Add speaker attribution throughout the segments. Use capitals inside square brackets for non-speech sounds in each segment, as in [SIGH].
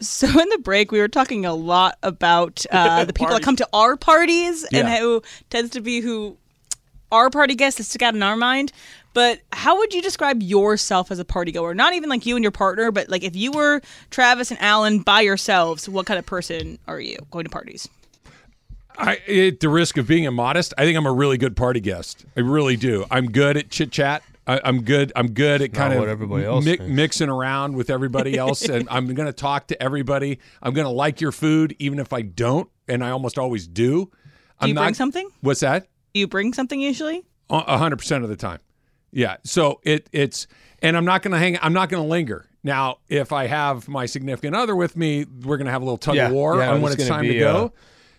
Speaker 1: So [LAUGHS] in the break, we were talking a lot
Speaker 2: [LAUGHS]
Speaker 1: about uh, the people that come to our parties and
Speaker 2: Yeah.
Speaker 1: who tends to be who our party guests that stick out in our mind. But how would you describe yourself as a party goer? Not even like you and your partner, but like if you were Travis and Alan by yourselves, what kind of person are you going to parties?
Speaker 2: I, at the risk of being immodest, I think I'm a really good party guest. I really do. I'm good at chit chat. I'm good. I'm good at kind
Speaker 3: Not
Speaker 2: of
Speaker 3: what everybody else
Speaker 2: mi-
Speaker 3: thinks.
Speaker 2: mixing around with
Speaker 3: [LAUGHS]
Speaker 2: everybody else, and I'm going to talk to everybody. I'm going to like your food, even if I don't, and I almost always do.
Speaker 1: Do
Speaker 2: I'm
Speaker 1: you bring
Speaker 2: not-
Speaker 1: something?
Speaker 2: What's that?
Speaker 1: Do you bring something usually?
Speaker 2: Uh, A hundred percent of the time. Yeah. So it it's and I'm not gonna hang I'm not gonna linger. Now, if I have my significant other with me, we're gonna have a little tug
Speaker 3: Yeah,
Speaker 2: of war
Speaker 3: yeah,
Speaker 2: on when
Speaker 3: it's
Speaker 2: it's
Speaker 3: gonna
Speaker 2: time to
Speaker 3: be,
Speaker 2: go.
Speaker 3: uh,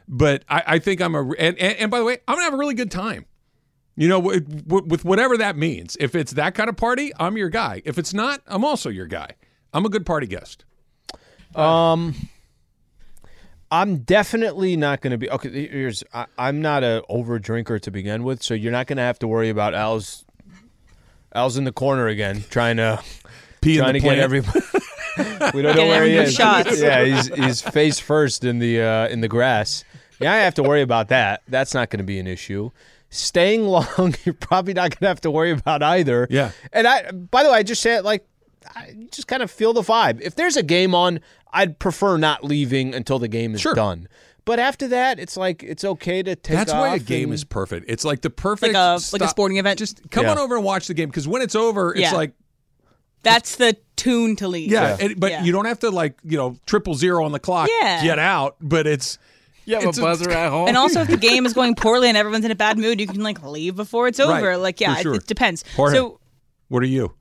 Speaker 2: but I, I think I'm a and, and and by the way, I'm gonna have a really good time. You know, w- w- with whatever that means. If it's that kind of party, I'm your guy. If it's not, I'm also your guy. I'm a good party guest.
Speaker 3: Um, I'm definitely not going to be okay. Here's I, I'm not a over drinker to begin with, so you're not going to have to worry about Al's Al's in the corner again trying to
Speaker 2: Pee in
Speaker 3: trying
Speaker 2: the
Speaker 3: to get
Speaker 2: plant. [LAUGHS]
Speaker 3: everybody. we don't know
Speaker 1: Getting
Speaker 3: where he
Speaker 1: everyone
Speaker 3: is.
Speaker 1: shots.
Speaker 3: [LAUGHS] Yeah, he's he's face first in the uh, in the grass. Yeah, I have to worry about that. That's not going to be an issue. Staying [LAUGHS] long, you're probably not going to have to worry about either.
Speaker 2: Yeah.
Speaker 3: And I, by the way, I just say it like, I just kind of feel the vibe. If there's a game on, I'd prefer not leaving until the game is
Speaker 2: Sure.
Speaker 3: done. But after that, it's like it's okay to take.
Speaker 2: That's why a
Speaker 3: off
Speaker 2: game
Speaker 3: and-
Speaker 2: is perfect. It's like the perfect
Speaker 1: like a like a
Speaker 2: stop-
Speaker 1: sporting event. Just
Speaker 2: Come
Speaker 3: Yeah.
Speaker 2: on over and watch the game because when it's over, it's
Speaker 1: Yeah.
Speaker 2: like
Speaker 1: that's the tune to leave.
Speaker 2: Yeah, and- but
Speaker 1: Yeah.
Speaker 2: you don't have to like you know triple zero on the clock.
Speaker 1: Yeah.
Speaker 2: get out. But it's
Speaker 3: Yeah,
Speaker 2: but It's a- buzzer
Speaker 3: at home.
Speaker 1: And also, if
Speaker 2: [LAUGHS]
Speaker 1: the game is going poorly and everyone's in a bad mood, you can like leave before it's
Speaker 2: Right,
Speaker 1: over. like, yeah,
Speaker 2: for
Speaker 1: it-
Speaker 2: sure.
Speaker 1: it, depends.
Speaker 2: Jorge.
Speaker 1: So,
Speaker 2: what are you?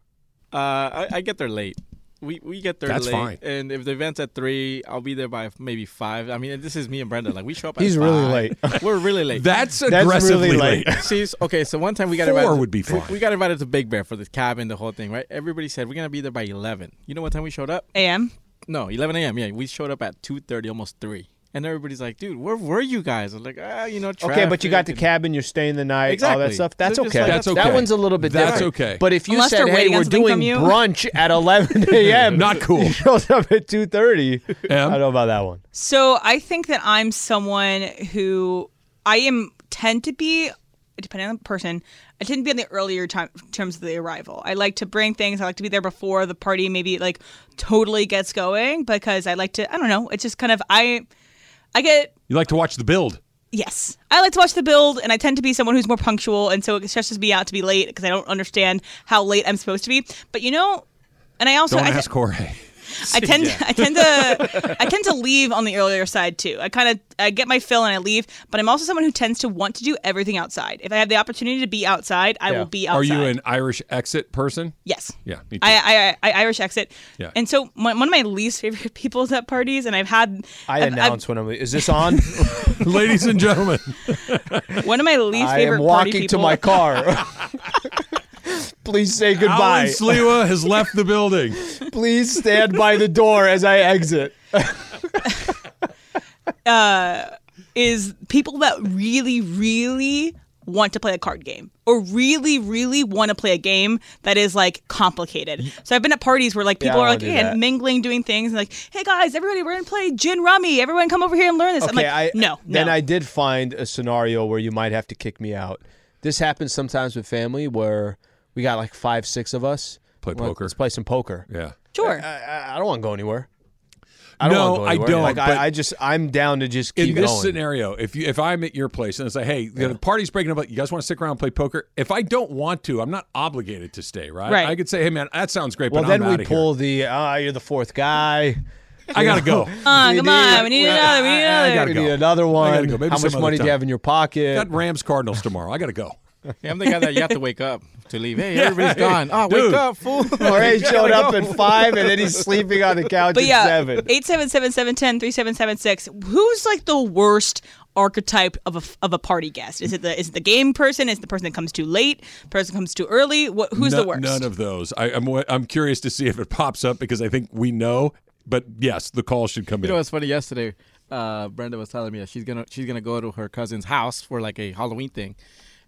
Speaker 4: Uh, I, I get there late. We we get there
Speaker 2: That's
Speaker 4: late.
Speaker 2: fine.
Speaker 4: And if the event's at three, I'll be there by maybe five. I mean, this is me and Brenda. Like we show up.
Speaker 3: He's
Speaker 4: at
Speaker 3: really
Speaker 4: five. [LAUGHS] We're really late.
Speaker 2: That's
Speaker 3: That's
Speaker 2: aggressively
Speaker 3: really
Speaker 2: late.
Speaker 3: late.
Speaker 4: [LAUGHS] See, s- okay, so one time we got
Speaker 2: Four
Speaker 4: invited. to-
Speaker 2: would be fine.
Speaker 4: We got invited to Big Bear for the cabin, the whole thing, right? Everybody said we're gonna be there by eleven. You know what time we showed up?
Speaker 1: AM.
Speaker 4: No, eleven a.m. Yeah, we showed up at two thirty, almost three. And everybody's like, "Dude, where were you guys?" I'm like, "Ah, you know,
Speaker 3: Okay, but you got the
Speaker 4: traffic and-
Speaker 3: cabin, you're staying the night, all that
Speaker 4: Exactly.
Speaker 3: stuff. That's
Speaker 4: They're just
Speaker 3: okay.
Speaker 4: like, That's
Speaker 2: okay.
Speaker 3: That one's a little bit
Speaker 2: That's
Speaker 3: different.
Speaker 2: okay.
Speaker 3: But if you
Speaker 1: Unless
Speaker 3: said,
Speaker 1: they're
Speaker 3: "Hey,
Speaker 1: waiting on
Speaker 3: we're
Speaker 1: something
Speaker 3: doing
Speaker 1: from you."
Speaker 3: brunch
Speaker 1: [LAUGHS]
Speaker 3: at 11
Speaker 5: [LAUGHS]
Speaker 3: a.m.,"
Speaker 2: Not cool.
Speaker 3: [LAUGHS] You shows up at 2:30.
Speaker 2: Em?
Speaker 3: I don't know about that one.
Speaker 1: So I think that I'm someone who I am tend to be, depending on the person, I tend to be on the earlier time terms of the arrival. I like to bring things. I like to be there before the party maybe like totally gets going because I like to. I don't know. It's just kind of I, I get
Speaker 2: You like to watch the build.
Speaker 1: Yes. I like to watch the build, and I tend to be someone who's more punctual, and so it stresses me out to be late because I don't understand how late I'm supposed to be. But you know, and I also
Speaker 2: Don't
Speaker 1: I,
Speaker 2: ask Jorge.
Speaker 1: I tend I tend to I tend to leave on the earlier side too. I kind of I get my fill and I leave, but I'm also someone who tends to want to do everything outside. If I have the opportunity to be outside, I
Speaker 3: Yeah.
Speaker 1: will be outside.
Speaker 2: Are you an Irish exit person?
Speaker 1: Yes.
Speaker 2: Yeah, me too.
Speaker 1: I, I I I Irish exit.
Speaker 2: Yeah.
Speaker 1: And so my, one of my least favorite [LAUGHS] people is at parties, and I've had
Speaker 3: I
Speaker 1: I've- I've-
Speaker 3: announce when I'm. Is this on?
Speaker 2: Ladies and gentlemen,
Speaker 1: one of my least
Speaker 3: I
Speaker 1: favorite
Speaker 3: am
Speaker 1: party
Speaker 3: walking to
Speaker 1: people-
Speaker 3: my
Speaker 1: [LAUGHS]
Speaker 3: car. [LAUGHS] Please say
Speaker 2: Alan
Speaker 3: goodbye.
Speaker 2: Sliwa has left the building.
Speaker 3: [LAUGHS] Please stand by the door as I exit.
Speaker 1: uh, is people that really, really want to play a card game or really, really want to play a game that is like complicated. So I've been at parties where like people
Speaker 3: I
Speaker 1: are
Speaker 3: wanna
Speaker 1: like
Speaker 3: do
Speaker 1: hey, and
Speaker 3: that.
Speaker 1: mingling, doing things, and like, hey guys, everybody, we're gonna play gin rummy. Everyone, come over here and learn this. I'm
Speaker 3: Okay,
Speaker 1: like,
Speaker 3: I
Speaker 1: no,
Speaker 3: Then
Speaker 1: no.
Speaker 3: I did find a scenario where you might have to kick me out. This happens sometimes with family where we got like five, six of us.
Speaker 2: Play
Speaker 3: Well,
Speaker 2: poker.
Speaker 3: Let's play some poker.
Speaker 2: Yeah.
Speaker 1: sure.
Speaker 3: I- I, I don't want to go anywhere. I don't
Speaker 2: No,
Speaker 3: want to go
Speaker 2: I
Speaker 3: anywhere.
Speaker 2: don't,
Speaker 3: Like,
Speaker 2: but-
Speaker 3: I, I just, I'm down to just keep
Speaker 2: In this
Speaker 3: going.
Speaker 2: scenario, if you if I'm at your place and I say, hey, you know, the party's breaking up, like, you guys want to stick around and play poker? If I don't want to, I'm not obligated to stay, right?
Speaker 1: Right.
Speaker 2: I could say, hey man, that sounds great,
Speaker 3: well,
Speaker 2: but
Speaker 3: then
Speaker 2: I'm
Speaker 3: we
Speaker 2: outta here.
Speaker 3: pull the, ah, you're the fourth guy.
Speaker 2: I gotta
Speaker 3: [LAUGHS]
Speaker 2: go.
Speaker 1: Ah,
Speaker 3: We
Speaker 1: come
Speaker 3: need-
Speaker 1: on, we need another, we need
Speaker 2: I- I
Speaker 1: another.
Speaker 2: gotta
Speaker 3: We
Speaker 2: go.
Speaker 3: need another one.
Speaker 2: go. Maybe
Speaker 3: How
Speaker 2: some
Speaker 3: much
Speaker 2: other
Speaker 3: money do you
Speaker 2: time.
Speaker 3: have in your pocket?
Speaker 2: Got Rams Cardinals tomorrow. I gotta go.
Speaker 4: Yeah, I'm the guy that you have to wake up [LAUGHS] to leave.
Speaker 2: [LAUGHS]
Speaker 3: [LAUGHS]
Speaker 4: Hey, everybody's gone. Oh, wake
Speaker 2: Dude.
Speaker 4: up, fool. [LAUGHS]
Speaker 3: Jorge showed up at five, and then he's [LAUGHS] sleeping on the couch
Speaker 1: But
Speaker 3: at
Speaker 1: yeah,
Speaker 3: seven.
Speaker 1: 877-710-3776. Who's like the worst archetype of a, of a party guest? Is it the is it the game person? Is it the person that comes too late? Person that comes too early? What, who's
Speaker 2: No-
Speaker 1: the worst?
Speaker 2: None of those. I, I'm wa- I'm curious to see if it pops up because I think we know. But yes, the call should come
Speaker 4: You
Speaker 2: in.
Speaker 4: know what's funny? Yesterday, uh, Brenda was telling me that she's gonna she's gonna go to her cousin's house for like a Halloween thing,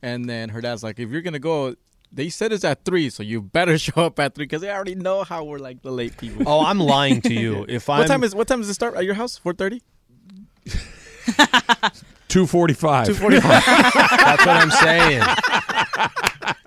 Speaker 4: and then her dad's like, "If you're gonna go, they said it's at three, so you better [LAUGHS] show up at three because they already know how we're like the late people."
Speaker 3: Oh, I'm lying
Speaker 4: [LAUGHS]
Speaker 3: to you. If I
Speaker 4: what time is what time does it start at your house? Four thirty.
Speaker 2: Two forty-five.
Speaker 4: Two forty
Speaker 2: [LAUGHS]
Speaker 4: five.
Speaker 3: That's what I'm saying.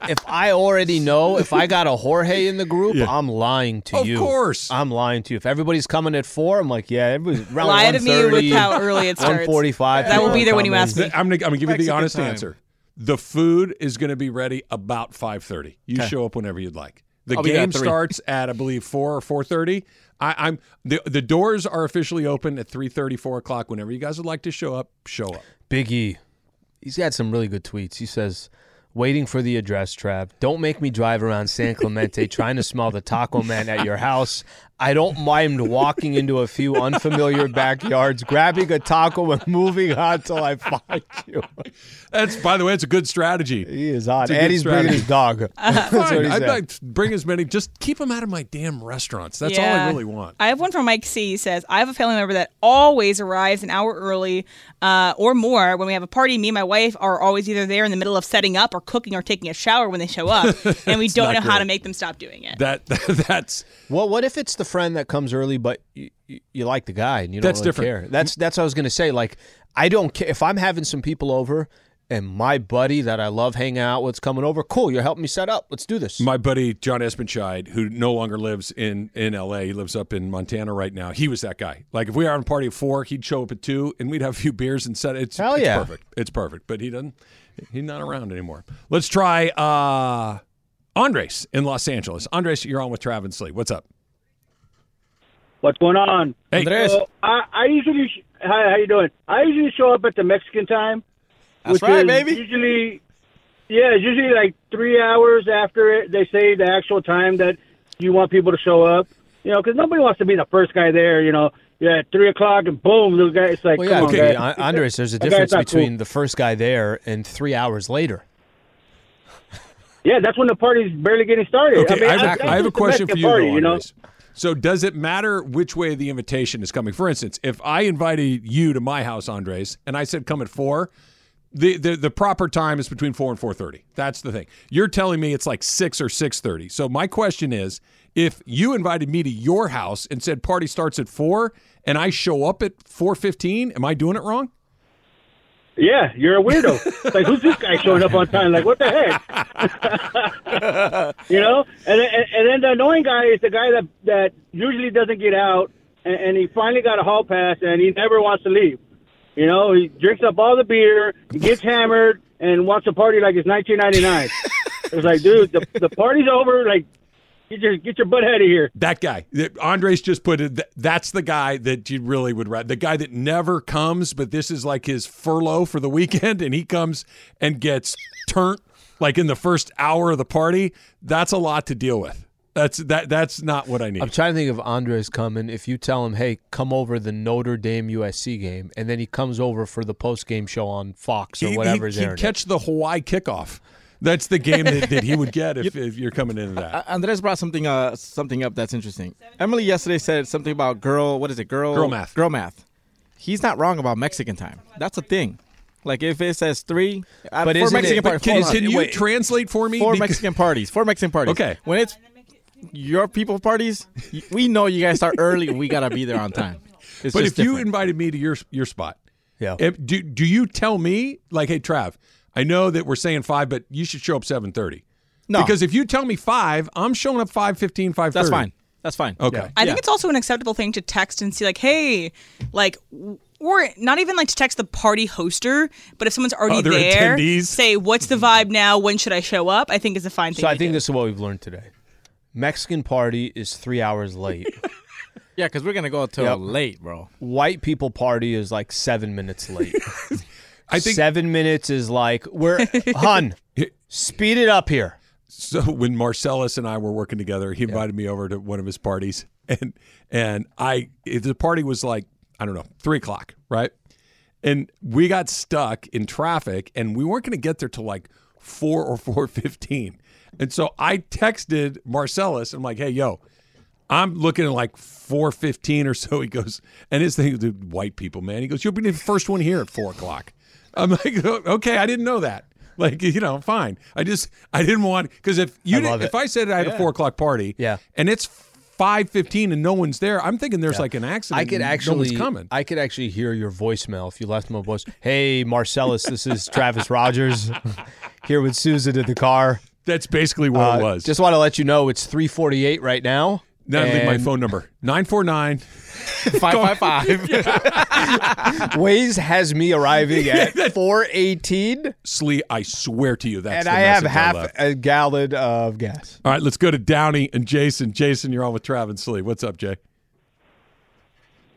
Speaker 3: if I already know, if I got a Jorge in the group, I'm lying to
Speaker 2: Of
Speaker 3: you.
Speaker 2: course.
Speaker 3: I'm lying to you. If everybody's coming at four, I'm like, yeah, everybody's around
Speaker 1: Lie to me with how early it starts.
Speaker 3: One forty-five.
Speaker 1: That will be there when you ask me.
Speaker 2: Th- I'm gonna, I'm gonna give you the
Speaker 4: Mexican
Speaker 2: honest
Speaker 4: time.
Speaker 2: answer. The food is gonna be ready about five thirty. You show up whenever you'd like. The
Speaker 4: I'll be there at
Speaker 2: game
Speaker 4: three.
Speaker 2: starts at I believe four or four thirty. I'm the the doors are officially open at 3:30, 4 o'clock. Whenever you guys would like to show up, show up.
Speaker 3: Big E. He's got some really good tweets. He says, "Waiting for the address trap. Don't make me drive around San
Speaker 2: [LAUGHS]
Speaker 3: Clemente trying to smell the taco man at your house. I don't mind walking into a few unfamiliar backyards, grabbing a taco and moving on till I find you."
Speaker 2: That's by the way, it's a good strategy.
Speaker 3: He is on.
Speaker 2: a good
Speaker 3: And he's bringing his [LAUGHS] dog. That's
Speaker 2: [LAUGHS]
Speaker 3: what
Speaker 2: Fine,
Speaker 3: he
Speaker 2: I'd
Speaker 3: said.
Speaker 2: like to bring as many. Just keep them out of my damn restaurants. That's all I
Speaker 1: Yeah.
Speaker 2: really want.
Speaker 1: I have one from Mike C. He says, I have a family member that always arrives an hour early uh, or more. When we have a party, me and my wife are always either there in the middle of setting up or cooking or taking a shower when they show
Speaker 2: [LAUGHS]
Speaker 1: up. And we don't know how to make them stop doing it.
Speaker 2: That, [LAUGHS] that's
Speaker 3: Well, what if it's the friend that comes early, but you, you, you like the guy and you don't
Speaker 2: That's
Speaker 3: really
Speaker 2: different.
Speaker 3: care? That's that's what I was gonna say. Like, I don't care if I'm having some people over and my buddy that I love hanging out with's coming over. Cool, you're helping me set up. Let's do this.
Speaker 2: My buddy John Espenscheid, who no longer lives in in L.A., he lives up in Montana right now. He was that guy. Like if we were on a party at four, he'd show up at two, and we'd have a few beers and set. It's,
Speaker 3: Hell
Speaker 2: it's
Speaker 3: yeah.
Speaker 2: perfect. It's perfect. But he doesn't. He's not around anymore. Let's try uh Andres in Los Angeles. Andres, you're on with Travis Slee. What's up?
Speaker 6: What's going on?
Speaker 2: Hey. Andres.
Speaker 6: So, uh, I, I usually sh- hi, how you doing? I usually show up at the Mexican time.
Speaker 4: That's
Speaker 6: which
Speaker 4: right,
Speaker 6: is
Speaker 4: baby.
Speaker 6: Usually, yeah, it's usually like three hours after it, they say the actual time that you want people to show up. You know, because nobody wants to be the first guy there. You know, yeah, at three o'clock and boom, the guy. It's like,
Speaker 3: well, yeah,
Speaker 6: come
Speaker 3: okay,
Speaker 6: on, guys.
Speaker 3: An- Andres.
Speaker 6: [LAUGHS]
Speaker 3: There's a
Speaker 6: That guy's
Speaker 3: difference
Speaker 6: not cool.
Speaker 3: between the first guy there and three hours later.
Speaker 6: Yeah, that's when the party's barely getting started.
Speaker 2: Okay, I,
Speaker 6: I, mean,
Speaker 2: have,
Speaker 6: that's
Speaker 2: a- I have a
Speaker 6: just the
Speaker 2: question for
Speaker 6: Mexican
Speaker 2: you,
Speaker 6: party,
Speaker 2: though,
Speaker 6: you know?
Speaker 2: Andres. So, does it matter which way the invitation is coming? For instance, if I invited you to my house, Andres, and I said come at four, the the, the proper time is between four and four thirty. That's the thing. You're telling me it's like six or six thirty. So, my question is, if you invited me to your house and said party starts at four, and I show up at four fifteen, am I doing it wrong?
Speaker 6: Yeah, you're a weirdo. like, who's this guy showing up on time? Like, what the heck? [LAUGHS] you know? And, and and then the annoying guy is the guy that that usually doesn't get out, and, and he finally got a hall pass, and he never wants to leave. You know, he drinks up all the beer, he gets hammered, and wants to party like it's 1999. it's like, dude, the the party's over. Like, get your get your butt out of here.
Speaker 2: That guy, that- Andres just put it. th- That's the guy that you really would rather. The guy that never comes, but this is like his furlough for the weekend, [LAUGHS] and he comes and gets turnt like in the first hour of the party. That's a lot to deal with. That's that. That's not what I
Speaker 3: I'm
Speaker 2: need.
Speaker 3: trying to think of Andres coming. If you tell him, "Hey, come over the Notre Dame USC game," and then he comes over for the post game show on Fox or
Speaker 2: He-
Speaker 3: whatever
Speaker 2: he,
Speaker 3: is there.
Speaker 2: he'd catch the Hawaii kickoff. That's the game that, that he would
Speaker 4: [LAUGHS]
Speaker 2: get if, if you're coming into that.
Speaker 4: Andres brought something uh something up that's interesting. Emily yesterday said something about girl. What is it? Girl.
Speaker 2: Girl math.
Speaker 4: Girl math. He's not wrong about Mexican time. That's a thing. Like if it says three, uh,
Speaker 3: But
Speaker 4: four
Speaker 3: isn't it-
Speaker 4: Mexican
Speaker 3: but
Speaker 4: parties.
Speaker 2: Can,
Speaker 4: hold on,
Speaker 2: can you
Speaker 4: wait.
Speaker 2: translate for me?
Speaker 4: four
Speaker 2: Because-
Speaker 4: Mexican parties. Four Mexican parties.
Speaker 2: Okay.
Speaker 4: When it's your people parties, y- we know you guys start early. We gotta be there on time. It's
Speaker 2: But if
Speaker 4: just
Speaker 2: you
Speaker 4: different.
Speaker 2: invited me to your your spot,
Speaker 3: Yeah.
Speaker 2: if- do do you tell me like, hey, Trav, I know that we're saying five, but you should show up seven thirty.
Speaker 4: No.
Speaker 2: because if you tell me five, I'm showing up five fifteen, five thirty.
Speaker 4: that's fine. That's fine.
Speaker 2: Okay.
Speaker 1: I
Speaker 4: Yeah.
Speaker 1: think it's also an acceptable thing to text and see, like, hey, like, w- or not even like to text the party hoster, but if someone's already
Speaker 2: Other
Speaker 1: there,
Speaker 2: attendees.
Speaker 1: say, what's the vibe now? When should I show up? I think is a fine thing.
Speaker 3: So I
Speaker 1: to
Speaker 3: think
Speaker 1: do.
Speaker 3: this is what we've learned today. Mexican party is three
Speaker 2: [LAUGHS]
Speaker 3: hours late.
Speaker 4: Yeah, because we're gonna go till
Speaker 3: Yep.
Speaker 4: late, bro.
Speaker 3: White people party is like seven minutes late.
Speaker 2: [LAUGHS] I think
Speaker 3: seven minutes is like we're [LAUGHS]
Speaker 2: [LAUGHS]
Speaker 3: hun. Speed it up here.
Speaker 2: so when Marcellus and I were working together, he invited me over to one of his parties, [LAUGHS] and and I the party was like I don't know three o'clock, right? And we got stuck in traffic, and we weren't going to get there till like four or four fifteen. And so I texted Marcellus, I'm like, "Hey, yo, I'm looking at like four fifteen or so." He goes, and his thing, dude, white people, man. He goes, "You'll be the first one here at four o'clock." I'm [LAUGHS] like, "Okay, I didn't know that." Like, you know, fine. I just I didn't want because if you
Speaker 3: love
Speaker 2: did,
Speaker 3: it.
Speaker 2: if I said I had a four o'clock party,
Speaker 3: Yeah.
Speaker 2: and it's five fifteen and no one's there, I'm thinking there's like an accident.
Speaker 3: I could
Speaker 2: and
Speaker 3: actually
Speaker 2: no one's coming.
Speaker 3: I could actually hear your voicemail if you left my voice. Hey, Marcellus, this is Travis Rogers [LAUGHS] here with Susan in the car.
Speaker 2: That's basically what
Speaker 3: Uh,
Speaker 2: it was.
Speaker 3: Just want to let you know it's 3:48 right now.
Speaker 2: now leave my
Speaker 3: and
Speaker 2: phone number nine four
Speaker 3: [LAUGHS]
Speaker 2: nine.
Speaker 4: five five
Speaker 2: [LAUGHS]
Speaker 4: five.
Speaker 3: Waze has me arriving at 4:18,
Speaker 2: Slee, I swear to you, that's
Speaker 3: and
Speaker 2: the
Speaker 3: I have
Speaker 2: message
Speaker 3: half
Speaker 2: left.
Speaker 3: a gallon of gas.
Speaker 2: All right, let's go to Downey and Jason. Jason, you're on with Trav and Slee. What's up, Jay?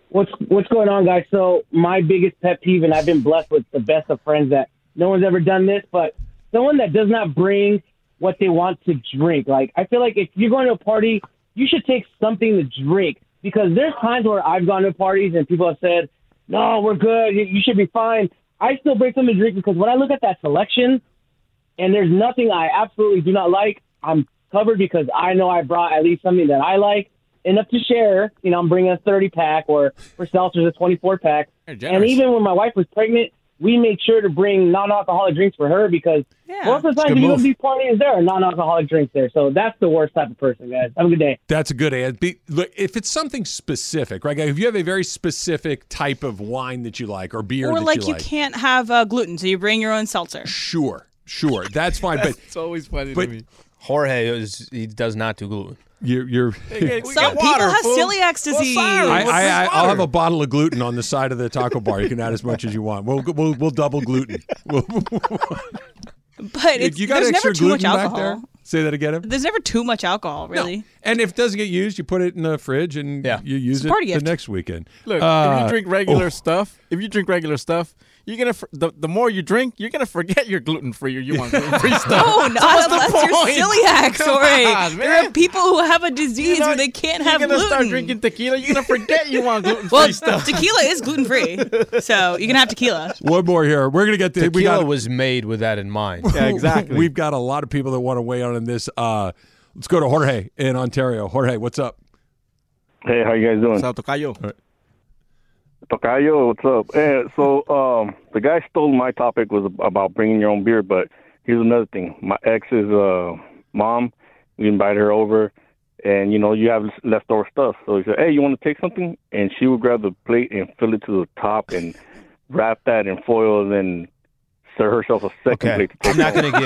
Speaker 7: What's what's going on, guys? So my biggest pet peeve, and I've been blessed with the best of friends that no one's ever done this, but someone that does not bring what they want to drink. Like I feel like if you're going to a party, you should take something to drink because there's times where I've gone to parties and people have said, "No, we're good. You- You should be fine." I still bring something to drink because when I look at that selection, and there's nothing I absolutely do not like, I'm covered because I know I brought at least something that I like enough to share. You know, I'm bringing a 30 pack or for seltzers a 24 pack. And
Speaker 4: generous.
Speaker 7: even when my wife was pregnant, we made sure to bring non-alcoholic drinks for her because
Speaker 1: Yeah.
Speaker 7: most of the time
Speaker 2: good
Speaker 7: you
Speaker 2: move.
Speaker 7: would be partying there are non-alcoholic drinks there. So that's the worst type of person, guys. Have a good day.
Speaker 2: That's a good ad. Be, look, if it's something specific, right? If you have a very specific type of wine that you like or beer
Speaker 1: Or
Speaker 2: that
Speaker 1: like
Speaker 2: you
Speaker 1: you
Speaker 2: like,
Speaker 1: can't have uh, gluten, so you bring your own seltzer.
Speaker 2: sure, sure, that's fine.
Speaker 1: [LAUGHS]
Speaker 2: but
Speaker 4: It's always funny
Speaker 2: But-
Speaker 4: to me.
Speaker 3: Jorge
Speaker 4: uh,
Speaker 3: is, he does not do gluten.
Speaker 4: [LAUGHS]
Speaker 2: you're, you're
Speaker 1: Some people have celiac disease.
Speaker 2: [LAUGHS] I, I, I, I'll have a bottle of gluten on the side of the taco bar. You can add as much as you want. We'll we'll, we'll double gluten. [LAUGHS] We'll,
Speaker 1: but it's,
Speaker 2: you got
Speaker 1: there's
Speaker 2: extra
Speaker 1: never too much
Speaker 2: gluten back
Speaker 1: alcohol.
Speaker 2: there? Say that again. Em?
Speaker 1: There's never too much alcohol, really.
Speaker 2: And if it doesn't get used, you put it in the fridge and
Speaker 3: Yeah.
Speaker 2: you use
Speaker 1: a
Speaker 2: it
Speaker 1: party
Speaker 2: the
Speaker 1: gift.
Speaker 2: next weekend.
Speaker 4: Look, if
Speaker 2: Uh,
Speaker 4: you drink regular stuff, if you drink regular stuff, you're gonna for, the the more you drink, you're gonna forget your gluten free or you want gluten
Speaker 1: [LAUGHS]
Speaker 4: [LAUGHS]
Speaker 2: [LAUGHS]
Speaker 4: free stuff.
Speaker 1: Oh, not unless
Speaker 4: point?
Speaker 1: you're celiac.
Speaker 4: [LAUGHS] Come
Speaker 1: Sorry,
Speaker 4: on,
Speaker 1: there are
Speaker 4: man.
Speaker 1: people who have a disease
Speaker 4: You know,
Speaker 1: where they can't
Speaker 4: you're
Speaker 1: have
Speaker 4: gonna
Speaker 1: gluten.
Speaker 4: start drinking tequila. You're gonna forget
Speaker 1: [LAUGHS]
Speaker 4: you want gluten free
Speaker 1: well,
Speaker 4: stuff.
Speaker 1: tequila is gluten
Speaker 4: [LAUGHS]
Speaker 1: free, so you can have tequila.
Speaker 2: one more here. We're gonna get to we
Speaker 3: Tequila
Speaker 2: got
Speaker 3: was made with that in mind.
Speaker 4: [LAUGHS] Yeah, exactly.
Speaker 2: We've got a lot of people that want to weigh in on this. Uh, let's go to Jorge in Ontario. Jorge, what's up?
Speaker 8: Hey, how you guys doing?
Speaker 4: What's up, Tocayo?
Speaker 8: Tocayo, what's up? Eh, so um, the guy stole my topic was about bringing your own beer, but here's another thing. My ex's uh, mom, we invited her over, and you know you have leftover stuff. So he said, "Hey, you want to take something?" And she would grab the plate and fill it to the top and wrap that in foil, and then serve herself a second
Speaker 3: Okay,
Speaker 8: plate. To take
Speaker 3: I'm not
Speaker 8: home.
Speaker 3: going to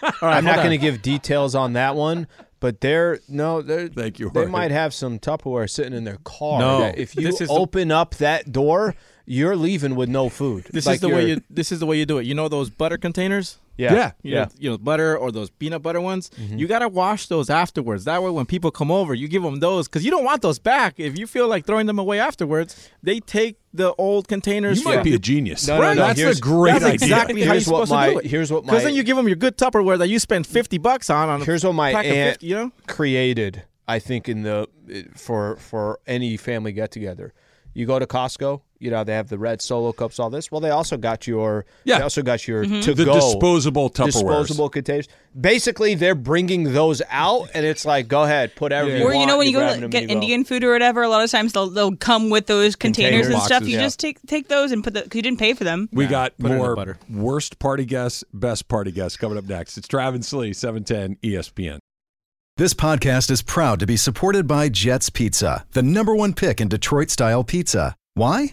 Speaker 3: give. I'm not going to give details on that one. But they're no, they're
Speaker 2: Thank you,
Speaker 3: They
Speaker 2: Jorge.
Speaker 3: might have some Tupperware sitting in their car.
Speaker 4: No.
Speaker 3: that if you
Speaker 4: This is the-
Speaker 3: open up that door, you're leaving with no food.
Speaker 4: This
Speaker 3: Like
Speaker 4: is the way
Speaker 3: you're-
Speaker 4: you. This is the way you do it. You know those butter containers.
Speaker 3: Yeah,
Speaker 2: Yeah. Mm-hmm.
Speaker 4: you know, you know, butter or those peanut butter ones. You gotta wash those afterwards. That way, when people come over, you give them those because you don't want those back. If you feel like throwing them away afterwards, they take the old containers.
Speaker 2: You might
Speaker 4: from-
Speaker 2: be a genius.
Speaker 3: No, no, no,
Speaker 2: That's
Speaker 3: here's-
Speaker 2: a great
Speaker 4: That's
Speaker 2: idea.
Speaker 4: exactly how you're
Speaker 3: Here's what
Speaker 4: supposed
Speaker 3: my-
Speaker 4: to do it.
Speaker 3: here's what my-
Speaker 4: Because then you give them your good Tupperware that you spend fifty bucks on. on a
Speaker 3: Here's what my
Speaker 4: pack of
Speaker 3: aunt
Speaker 4: 50, you know,
Speaker 3: created. I think in the for for any family get together, you go to Costco. You know they have the red solo cups, all this. Well, they also got your
Speaker 2: Yeah. Mm-hmm.
Speaker 3: They also got your to
Speaker 2: The
Speaker 3: go
Speaker 2: disposable Tupperware.
Speaker 3: disposable containers. Basically, they're bringing those out, and it's like, go ahead, put everything.
Speaker 1: Or you know when you go to like, get Indian food or whatever, a lot of times they'll, they'll come with those containers
Speaker 2: Container
Speaker 1: and stuff.
Speaker 2: boxes,
Speaker 1: You
Speaker 2: yeah.
Speaker 1: just take take those and put the. 'cause You didn't pay for them.
Speaker 2: We got
Speaker 4: put it in the
Speaker 2: more
Speaker 4: butter.
Speaker 2: worst party guests, best party guests coming up next. It's Trav and Slee, 710 ESPN.
Speaker 9: This podcast is proud to be supported by Jets Pizza, the number one pick in Detroit style pizza. Why?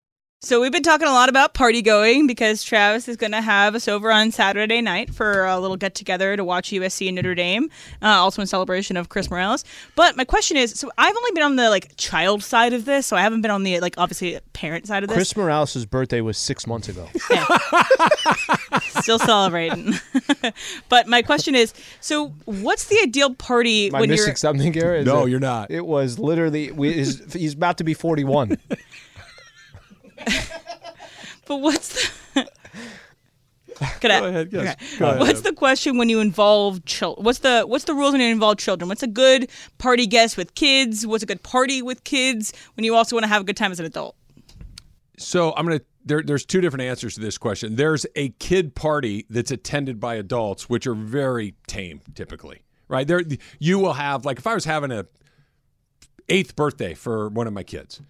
Speaker 1: So we've been talking a lot about party going because Travis is going to have us over on Saturday night for a little get together to watch USC and Notre Dame, uh, also in celebration of Chris Morales. But my question is, so I've only been on the like child side of this, so I haven't been on the like obviously parent side of this.
Speaker 3: Chris Morales' birthday was six months ago.
Speaker 1: [LAUGHS] Still celebrating. [LAUGHS] but my question is, so what's the ideal party
Speaker 3: Am I
Speaker 1: when
Speaker 3: missing
Speaker 1: you're
Speaker 3: something here? Is
Speaker 2: No,
Speaker 3: it-
Speaker 2: you're not.
Speaker 3: It was literally we, he's, he's about to
Speaker 2: [LAUGHS]
Speaker 3: be 41.
Speaker 1: But what's
Speaker 2: [LAUGHS]
Speaker 1: the Could I,
Speaker 2: Go ahead, yes.
Speaker 1: okay.
Speaker 2: Go ahead.
Speaker 1: What's the question when you involve children? What's the what's the rules when you involve children? What's a good party guest with kids? What's a good party with kids when you also want to have a good time as an adult?
Speaker 2: So I'm gonna. There, there's two different answers to this question. There's a kid party that's attended by adults, which are very tame typically, right? There, you will have like if I was having a eighth birthday for one of my kids,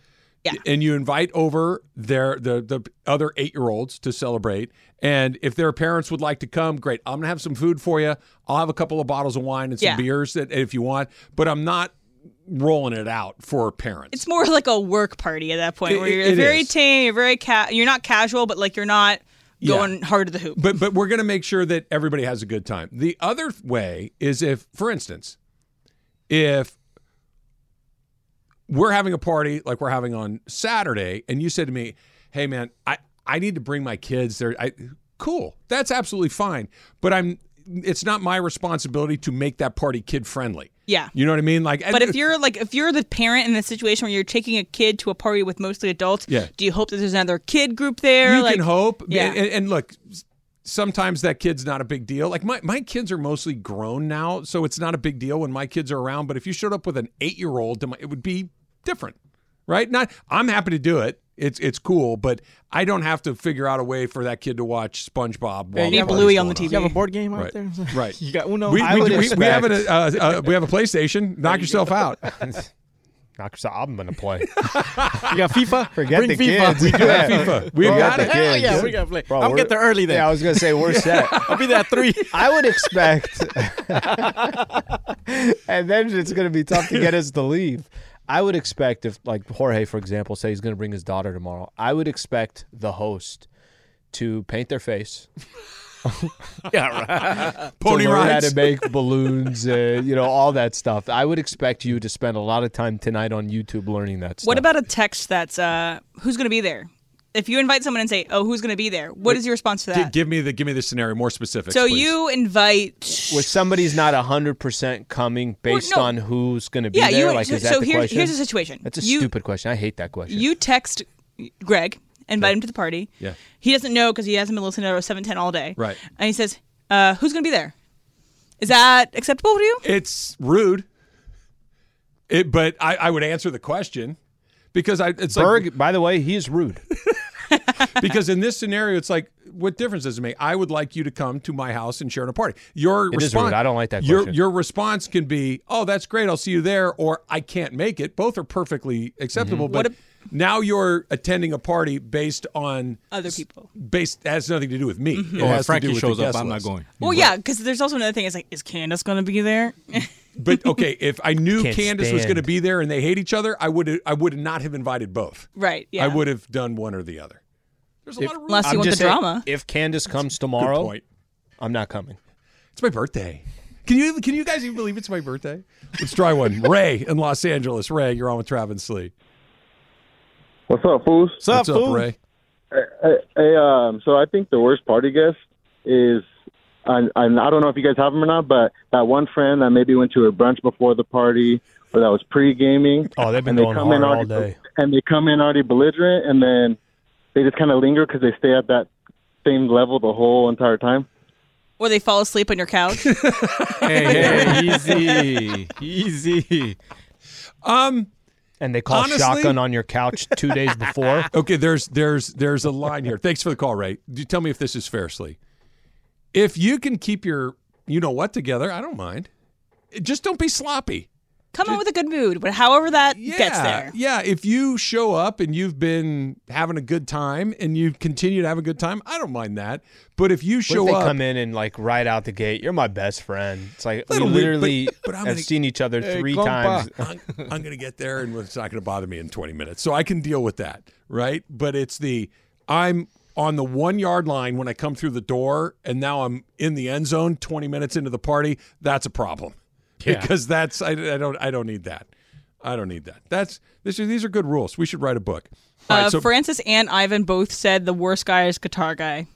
Speaker 1: Yeah.
Speaker 2: and you invite over their the the other eight year olds to celebrate, and if their parents would like to come, great. I'm gonna have some food for you. I'll have a couple of bottles of wine and some
Speaker 1: Yeah.
Speaker 2: beers that, if you want, but I'm not rolling it out for parents.
Speaker 1: It's more like a work party at that point
Speaker 2: It-
Speaker 1: where you're
Speaker 2: it
Speaker 1: very
Speaker 2: is.
Speaker 1: tame, you're very ca- you're not casual, but like you're not
Speaker 2: Yeah.
Speaker 1: going hard to the hoop.
Speaker 2: But but we're going to make sure that everybody has a good time. The other way is if, for instance, if we're having a party like we're having on Saturday, and you said to me, "Hey man, I I need to bring my kids there." I cool, that's absolutely fine. But I'm it's not my responsibility to make that party kid friendly.
Speaker 1: yeah.
Speaker 2: You know what I mean? Like,
Speaker 1: But if you're like if you're the parent in the situation where you're taking a kid to a party with mostly adults,
Speaker 2: Yeah.
Speaker 1: do you hope that there's another kid group there?
Speaker 2: you
Speaker 1: like,
Speaker 2: can hope.
Speaker 1: Yeah.
Speaker 2: And, and look, s- sometimes that kid's not a big deal. Like my, my kids are mostly grown now, so it's not a big deal when my kids are around. But if you showed up with an eight year old, it would be different, right? Not. I'm happy to do it. It's it's cool, but I don't have to figure out a way for that kid to watch SpongeBob. While
Speaker 1: you
Speaker 2: the
Speaker 1: have
Speaker 2: party's
Speaker 1: Bluey
Speaker 2: going
Speaker 1: on the TV.
Speaker 4: You have a board game out
Speaker 2: Right.
Speaker 4: there? [LAUGHS]
Speaker 2: Right.
Speaker 4: you got Uno.
Speaker 2: We,
Speaker 4: I
Speaker 2: we,
Speaker 4: would
Speaker 2: we, we have
Speaker 4: expect-
Speaker 2: a uh, [LAUGHS] uh, we have a PlayStation. Knock yourself out.
Speaker 3: Knock yourself. I'm gonna play.
Speaker 4: [LAUGHS] You got FIFA?
Speaker 3: Forget
Speaker 4: Bring
Speaker 3: the
Speaker 4: FIFA.
Speaker 3: kids. We do
Speaker 2: have FIFA. We've got it.
Speaker 4: Hell yeah, we got to play. I'll get there early then.
Speaker 3: Yeah, I was gonna say we're set.
Speaker 4: [LAUGHS] I'll be there at 3.
Speaker 3: I would expect, [LAUGHS] and then it's going to be tough to get us to leave. I would expect if, like Jorge, for example, say he's going to bring his daughter tomorrow. I would expect the host to paint
Speaker 4: [LAUGHS]
Speaker 3: their face,
Speaker 2: Pony
Speaker 3: to learn how
Speaker 2: rides.
Speaker 3: to make balloons, uh, you know, all that stuff. I would expect you to spend a lot of time tonight on YouTube learning that stuff.
Speaker 1: What about a text that's uh who's gonna be there? If you invite someone and say, Oh, who's gonna be there? What is your response to
Speaker 2: Gi-
Speaker 1: that?
Speaker 2: Give me the give me the scenario more specific.
Speaker 1: so you invite
Speaker 3: where somebody's not hundred percent coming based
Speaker 1: no.
Speaker 3: on who's going to be
Speaker 1: Yeah,
Speaker 3: there?
Speaker 1: you
Speaker 3: like,
Speaker 1: so,
Speaker 3: is that
Speaker 1: so
Speaker 3: the
Speaker 1: here's
Speaker 3: question?
Speaker 1: here's the situation.
Speaker 3: That's a
Speaker 1: you,
Speaker 3: stupid question. I hate that question.
Speaker 1: You text Greg, invite him to the party.
Speaker 2: Yeah.
Speaker 1: He doesn't know because he hasn't been listening to seven ten all day.
Speaker 2: Right.
Speaker 1: And he says, uh, who's gonna be there? Is that acceptable to you?
Speaker 2: it's rude. It, but I, I would answer the question because I it's like,
Speaker 3: Berg, by the way, he is rude.
Speaker 2: [LAUGHS] because in this scenario it's like what difference does it make? I would like you to come to my house and share in a party. Your
Speaker 3: is
Speaker 2: response
Speaker 3: rude. I don't like that
Speaker 2: Your
Speaker 3: question.
Speaker 2: your response can be, "Oh, that's great. I'll see you there," or "I can't make it." Both are perfectly acceptable,
Speaker 1: Mm-hmm.
Speaker 2: but now you're attending a party based on
Speaker 1: Other people. Mm-hmm.
Speaker 2: based has nothing to do with me. It
Speaker 4: Or
Speaker 2: has to do
Speaker 4: Oh, Frankie
Speaker 2: with the
Speaker 4: shows up,
Speaker 2: guest
Speaker 4: I'm not
Speaker 2: list.
Speaker 4: going.
Speaker 1: Well, yeah, because there's also another thing. It's like, is Candace gonna be there?
Speaker 2: But okay, if I knew
Speaker 3: Can't
Speaker 2: Candace was
Speaker 3: stand.
Speaker 2: going to be there and they hate each other, I would I would not have invited both.
Speaker 1: right. Yeah.
Speaker 2: I would have done one or the other. There's a lot of rules.
Speaker 1: Unless you want the drama.
Speaker 3: If Candace comes
Speaker 2: Good
Speaker 3: tomorrow,
Speaker 2: point.
Speaker 3: I'm not coming.
Speaker 2: It's my birthday. Can you can you guys even believe it's my birthday? Let's try one. [LAUGHS] Ray in Los Angeles. Ray, you're on with Travis Slee.
Speaker 10: What's up, fools?
Speaker 4: What's up,
Speaker 2: What's up,
Speaker 4: fool?
Speaker 2: Ray?
Speaker 10: Hey, hey, um, so I think the worst party guest is, I, I, I don't know if you guys have him or not, but that one friend that maybe went to a brunch before the party or that was pre-gaming.
Speaker 3: Oh, they've been
Speaker 10: and they
Speaker 3: going
Speaker 10: come in
Speaker 3: hard all
Speaker 10: already-
Speaker 3: day.
Speaker 10: And they come in already belligerent, and then they just kind of linger because they stay at that same level the whole entire time.
Speaker 1: [LAUGHS] or they fall asleep on your
Speaker 2: [LAUGHS]
Speaker 1: couch.
Speaker 10: [LAUGHS]
Speaker 4: Hey, hey, easy. Easy.
Speaker 2: Um,
Speaker 3: and they call
Speaker 2: Honestly-
Speaker 3: shotgun on your couch two days before.
Speaker 2: [LAUGHS] Okay, there's there's there's a line here. Thanks for the call, Ray. Do tell me if this is fair, Slee. If you can keep your you know what together, I don't mind. Just don't be sloppy.
Speaker 1: [LAUGHS] Come in with a good mood, but however that
Speaker 2: Yeah,
Speaker 1: gets there.
Speaker 2: yeah. If you show up and you've been having a good time and you continue to have a good time, I don't mind that. But if you
Speaker 3: What if
Speaker 2: show
Speaker 3: they
Speaker 2: up,
Speaker 3: come in and like right out the gate, you're my best friend. It's like we
Speaker 2: Little weird, but-
Speaker 3: literally
Speaker 2: [LAUGHS] but I'm
Speaker 3: have
Speaker 2: gonna-
Speaker 3: seen each other
Speaker 4: Hey,
Speaker 3: three
Speaker 4: compa.
Speaker 1: [LAUGHS]
Speaker 3: times.
Speaker 2: I'm, [LAUGHS] I'm going to get there and it's not going to bother me in 20 minutes. So I can deal with that, right? But it's the I'm on the one yard line when I come through the door and now I'm in the end zone 20 minutes into the party. That's a problem because that's I, I don't I don't need that. I don't need that. That's this is these are good rules. We should write a book. All right,
Speaker 1: uh,
Speaker 2: so
Speaker 1: Francis and Ivan both said the worst guy is guitar guy.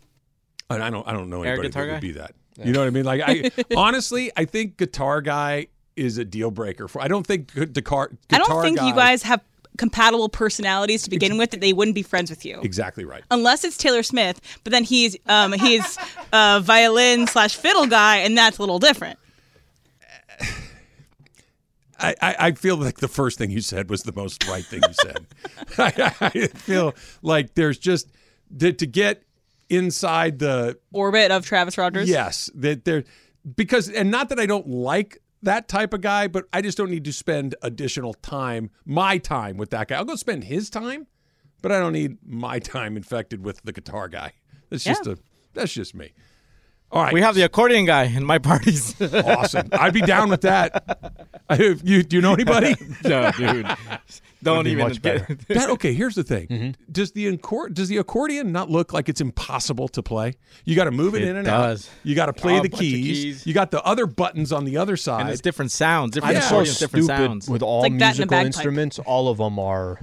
Speaker 2: I I don't I don't know
Speaker 4: Eric
Speaker 2: anybody
Speaker 4: Guitar
Speaker 2: that would
Speaker 4: Guy?
Speaker 2: be that. You know what I mean? Like
Speaker 1: [LAUGHS]
Speaker 2: I honestly, I think guitar guy is a deal breaker for. I don't think gu- guitar.
Speaker 1: I don't
Speaker 2: guitar
Speaker 1: think you
Speaker 2: guy-
Speaker 1: guys have compatible personalities to begin with that they wouldn't be friends with you.
Speaker 2: [LAUGHS] Exactly right.
Speaker 1: Unless it's Taylor Smith, but then he's um, he's uh, violin slash fiddle guy, and that's a little different.
Speaker 2: I, I, I feel like the first thing you said was the most right thing you said. [LAUGHS] I, I feel like there's just to, to get inside the
Speaker 1: Orbit of Travis Rogers.
Speaker 2: yes that there because and not that I don't like that type of guy, but I just don't need to spend additional time, my time with that guy. I'll go spend his time, but I don't need my time infected with the guitar guy. That's just
Speaker 1: Yeah.
Speaker 2: a that's just me. All right,
Speaker 4: We have the accordion guy in my parties.
Speaker 2: awesome. I'd be down with that. I, you do you know anybody?
Speaker 4: [LAUGHS] no, dude. Don't
Speaker 3: be
Speaker 4: even. Mm-hmm.
Speaker 3: much better.
Speaker 2: That okay? Here's the thing: does the accord does the accordion not look like it's impossible to play? You got to move it,
Speaker 4: It
Speaker 2: in and
Speaker 4: does. Oh,
Speaker 2: out. You got to play
Speaker 4: A
Speaker 2: the
Speaker 4: bunch of
Speaker 2: keys.
Speaker 4: keys.
Speaker 2: You got the other buttons on the other
Speaker 4: and
Speaker 2: side.
Speaker 4: it's different sounds. Different
Speaker 3: [LAUGHS] I'm
Speaker 2: Yeah.
Speaker 3: so
Speaker 4: accordions, different
Speaker 3: stupid
Speaker 4: sounds.
Speaker 3: with all
Speaker 1: like that and a
Speaker 3: musical
Speaker 1: bagpipe.
Speaker 3: instruments. All of them are,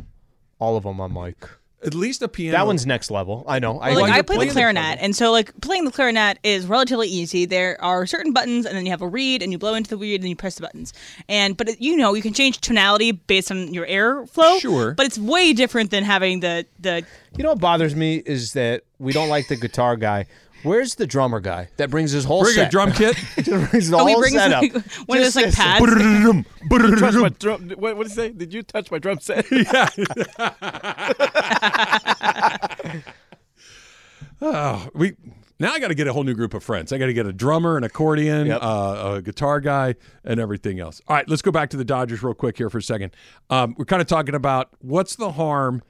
Speaker 3: all of them. I'm like
Speaker 2: At least a piano.
Speaker 3: that one's next level. I know.
Speaker 1: Well,
Speaker 3: I,
Speaker 1: like
Speaker 2: you're
Speaker 1: I play
Speaker 2: playing
Speaker 1: the
Speaker 2: the
Speaker 1: clarinet, and so like playing the clarinet is relatively easy. There are certain buttons, and then you have a reed, and you blow into the reed, and you press the buttons. And but you know you can change tonality based on your airflow.
Speaker 2: Sure.
Speaker 1: but it's way different than having the the
Speaker 3: you know what bothers me is that we don't like the guitar guy. Where's the drummer guy that brings his whole
Speaker 2: Bring a
Speaker 3: set?
Speaker 2: drum
Speaker 3: [LAUGHS]
Speaker 2: kit.
Speaker 3: brings the
Speaker 1: oh [LAUGHS] he
Speaker 3: whole
Speaker 1: brings
Speaker 3: setup.
Speaker 1: like, one of those
Speaker 3: Just
Speaker 1: like
Speaker 3: this.
Speaker 1: pads.
Speaker 4: Touch my drum. What, what did you say? Did you touch my drum set?
Speaker 2: oh, we now I got to get a whole new group of friends. I got to get a drummer, an accordion, uh, a guitar guy, and everything else. All right, let's go back to the Dodgers real quick here for a second. Um, we're kind of talking about what's the harm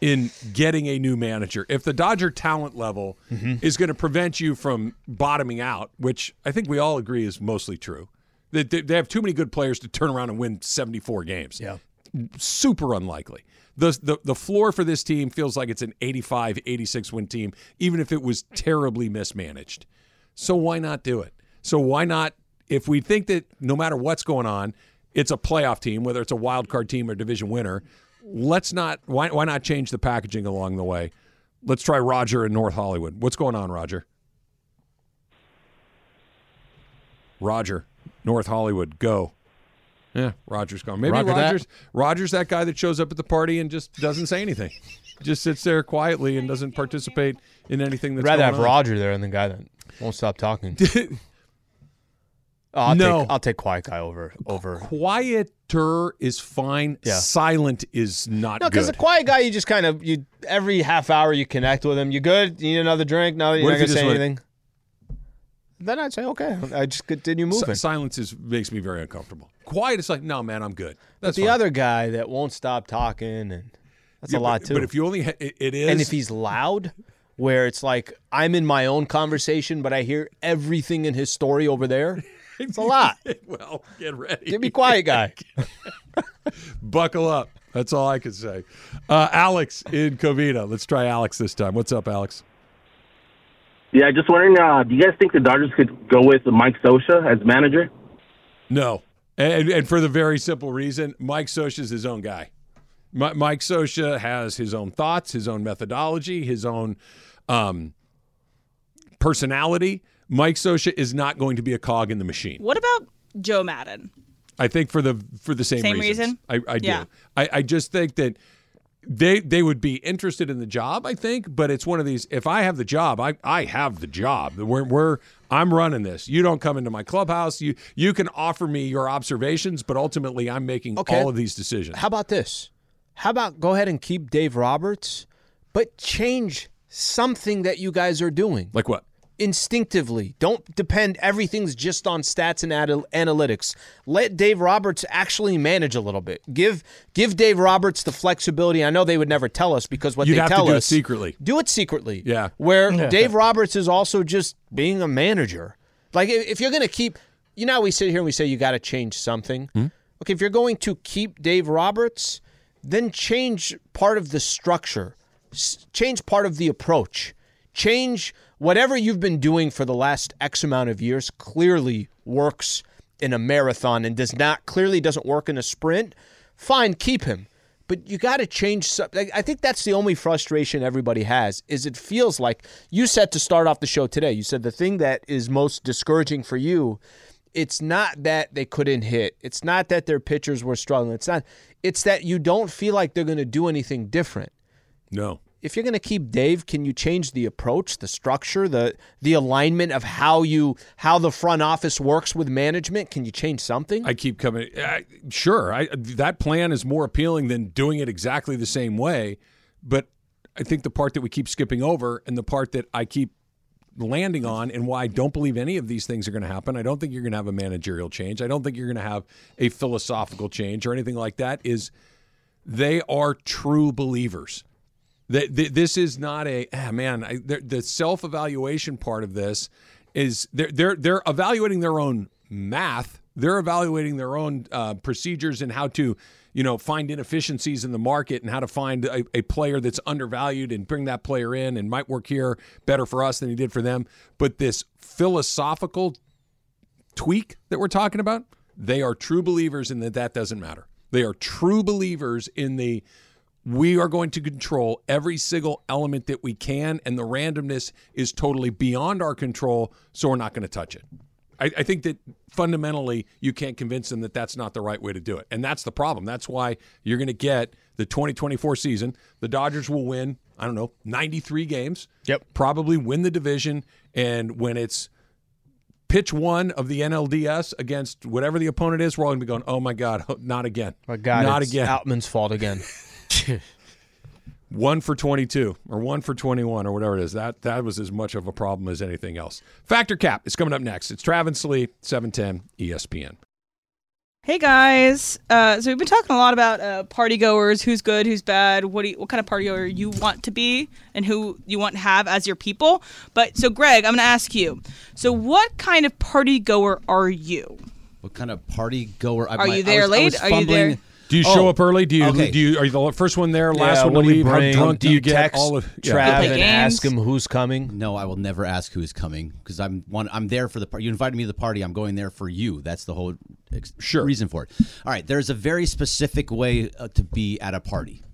Speaker 2: in getting a new manager if the Dodger talent level is going to prevent you from bottoming out, which I think we all agree is mostly true. They, they they have too many good players to turn around and win 74 games. Yeah super unlikely. The, the the floor for this team feels like it's an 85 86 win team even if it was terribly mismanaged. So why not do it? So why not if we think that no matter what's going on, it's a playoff team whether it's a wild card team or division winner, let's not why why not change the packaging along the way? Let's try Roger in North Hollywood. What's going on, Roger? Roger, North Hollywood, go. Yeah, Roger's gone. Maybe
Speaker 4: Roger that.
Speaker 2: Rogers Roger's that guy that shows up at the party and just doesn't say anything. just sits there quietly and doesn't participate in anything that's
Speaker 3: I'd rather
Speaker 2: going
Speaker 3: have
Speaker 2: on.
Speaker 3: Roger there than the guy that won't
Speaker 2: [LAUGHS]
Speaker 3: stop talking. Oh, I'll
Speaker 2: No.
Speaker 3: take, I'll take Quiet Guy over over.
Speaker 2: Quieter is fine.
Speaker 3: Yeah.
Speaker 2: Silent is not
Speaker 3: No,
Speaker 2: good.
Speaker 3: because the quiet guy, you just kind of you every half hour you connect with him. You good? You need another drink? No, you're
Speaker 2: What
Speaker 3: not
Speaker 2: if he
Speaker 3: gonna say
Speaker 2: just went-
Speaker 3: anything. Then I'd say okay. I just continue
Speaker 2: Si-
Speaker 3: moving.
Speaker 2: silence is makes me very uncomfortable. Quiet is like, no, man, I'm good. That's
Speaker 3: the
Speaker 2: fine.
Speaker 3: other guy that won't stop talking, and that's
Speaker 2: Yeah,
Speaker 3: a lot
Speaker 2: but,
Speaker 3: too.
Speaker 2: But if you only, ha- it, it is.
Speaker 3: and if he's loud, where it's like I'm in my own conversation, but I hear everything in his story
Speaker 2: [LAUGHS]
Speaker 3: over there. It's a lot.
Speaker 2: well, get ready.
Speaker 3: Give me quiet guy.
Speaker 2: Buckle up. That's all I can say. Uh, Alex in Covina. Let's try Alex this time. What's up, Alex?
Speaker 10: Yeah, just wondering, uh, do you guys think the Dodgers could go with Mike Sosha as manager?
Speaker 2: No. And, and for the very simple reason, Mike Sosha's his own guy. Mi- Mike Sosha has his own thoughts, his own methodology, his own um, personality. Mike Sosha is not going to be a cog in the machine.
Speaker 1: What about Joe Madden?
Speaker 2: I think for the for the same,
Speaker 1: Same
Speaker 2: reasons. I, I do.
Speaker 1: Yeah.
Speaker 2: I, I just think that they they would be interested in the job. I think, but it's one of these. If I have the job, I I have the job. We're, we're I'm running this. You don't come into my clubhouse. You you can offer me your observations, but ultimately I'm making
Speaker 3: Okay.
Speaker 2: all of these decisions.
Speaker 3: How about this? How about go ahead and keep Dave Roberts, but change something that you guys are doing?
Speaker 2: Like what?
Speaker 3: Instinctively. Don't depend everything's just on stats and ad- analytics. Let Dave Roberts actually manage a little bit. Give give Dave Roberts the flexibility. I know they would never tell us because what
Speaker 2: You'd
Speaker 3: they
Speaker 2: have
Speaker 3: tell
Speaker 2: to do
Speaker 3: us
Speaker 2: it secretly.
Speaker 3: do it secretly.
Speaker 2: Yeah.
Speaker 3: [LAUGHS] Where Dave Roberts is also just being a manager. Like if if you're going to keep, you know, how we sit here and we say you got to change something. Okay, if you're going to keep Dave Roberts, then change part of the structure, S- change part of the approach, change whatever you've been doing for the last X amount of years. Clearly works in a marathon and does not clearly doesn't work in a sprint. Fine, keep him but you got to change something. I think that's the only frustration everybody has is it feels like you said to start off the show today. You said the thing that is most discouraging for you, it's not that they couldn't hit. It's not that their pitchers were struggling. It's not it's that you don't feel like they're going to do anything different.
Speaker 2: No.
Speaker 3: If you're going to keep Dave, can you change the approach, the structure, the the alignment of how you how the front office works with management? Can you change something?
Speaker 2: I keep coming. I, sure, I, that plan is more appealing than doing it exactly the same way. But I think the part that we keep skipping over and the part that I keep landing on and why I don't believe any of these things are going to happen. I don't think you're going to have a managerial change. I don't think you're going to have a philosophical change or anything like that. Is they are true believers. That th- this is not a ah, man. I, the the self evaluation part of this is they're they're they're evaluating their own math. They're evaluating their own uh, procedures and how to you know find inefficiencies in the market and how to find a, a player that's undervalued and bring that player in and might work here better for us than he did for them. But this philosophical tweak that we're talking about, they are true believers in that that doesn't matter. They are true believers in the we are going to control every single element that we can, and the randomness is totally beyond our control, so we're not going to touch it. I, I think that fundamentally, you can't convince them that that's not the right way to do it. And that's the problem. That's why you're going to get the 2024 season. The Dodgers will win, I don't know, 93 games.
Speaker 3: Yep.
Speaker 2: Probably win the division. And when it's pitch one of the NLDS against whatever the opponent is, we're all going to be going, oh my God, [LAUGHS] not again.
Speaker 3: My God,
Speaker 2: not
Speaker 3: it's
Speaker 2: again.
Speaker 3: Outman's
Speaker 2: [LAUGHS]
Speaker 3: fault again. [LAUGHS]
Speaker 2: One for 22 or one for 21 or whatever it is. That that was as much of a problem as anything else. Factor Cap is coming up next. It's Travis Lee, E 710 ESPN.
Speaker 1: Hey guys, uh, so we've been talking a lot about uh, party goers, who's good, who's bad, what do you, what kind of party goer you want to be, and who you want to have as your people. But so, Greg, I'm going to ask you. So, what kind of party goer are you?
Speaker 5: What kind of party goer? I,
Speaker 1: Are
Speaker 5: my-
Speaker 1: you
Speaker 5: I
Speaker 1: there
Speaker 5: was- I was
Speaker 1: late? Are you
Speaker 5: fumbling-
Speaker 1: there-
Speaker 2: Do you show
Speaker 5: Oh,
Speaker 2: up early? Do you
Speaker 5: okay.
Speaker 2: do you are you the first one there, last
Speaker 3: Yeah,
Speaker 2: one to
Speaker 3: what do you
Speaker 2: leave?
Speaker 3: bring?
Speaker 2: How drunk do you, get?
Speaker 3: text
Speaker 2: All of
Speaker 3: Trav
Speaker 1: play
Speaker 3: and
Speaker 1: games?
Speaker 3: ask him who's coming?
Speaker 5: No, I will never ask who is coming because I'm one. I'm there for the party. You invited me to the party. I'm going there for you. That's the whole ex-
Speaker 2: Sure.
Speaker 5: reason for it. All right. There's a very specific way uh, to be at a party.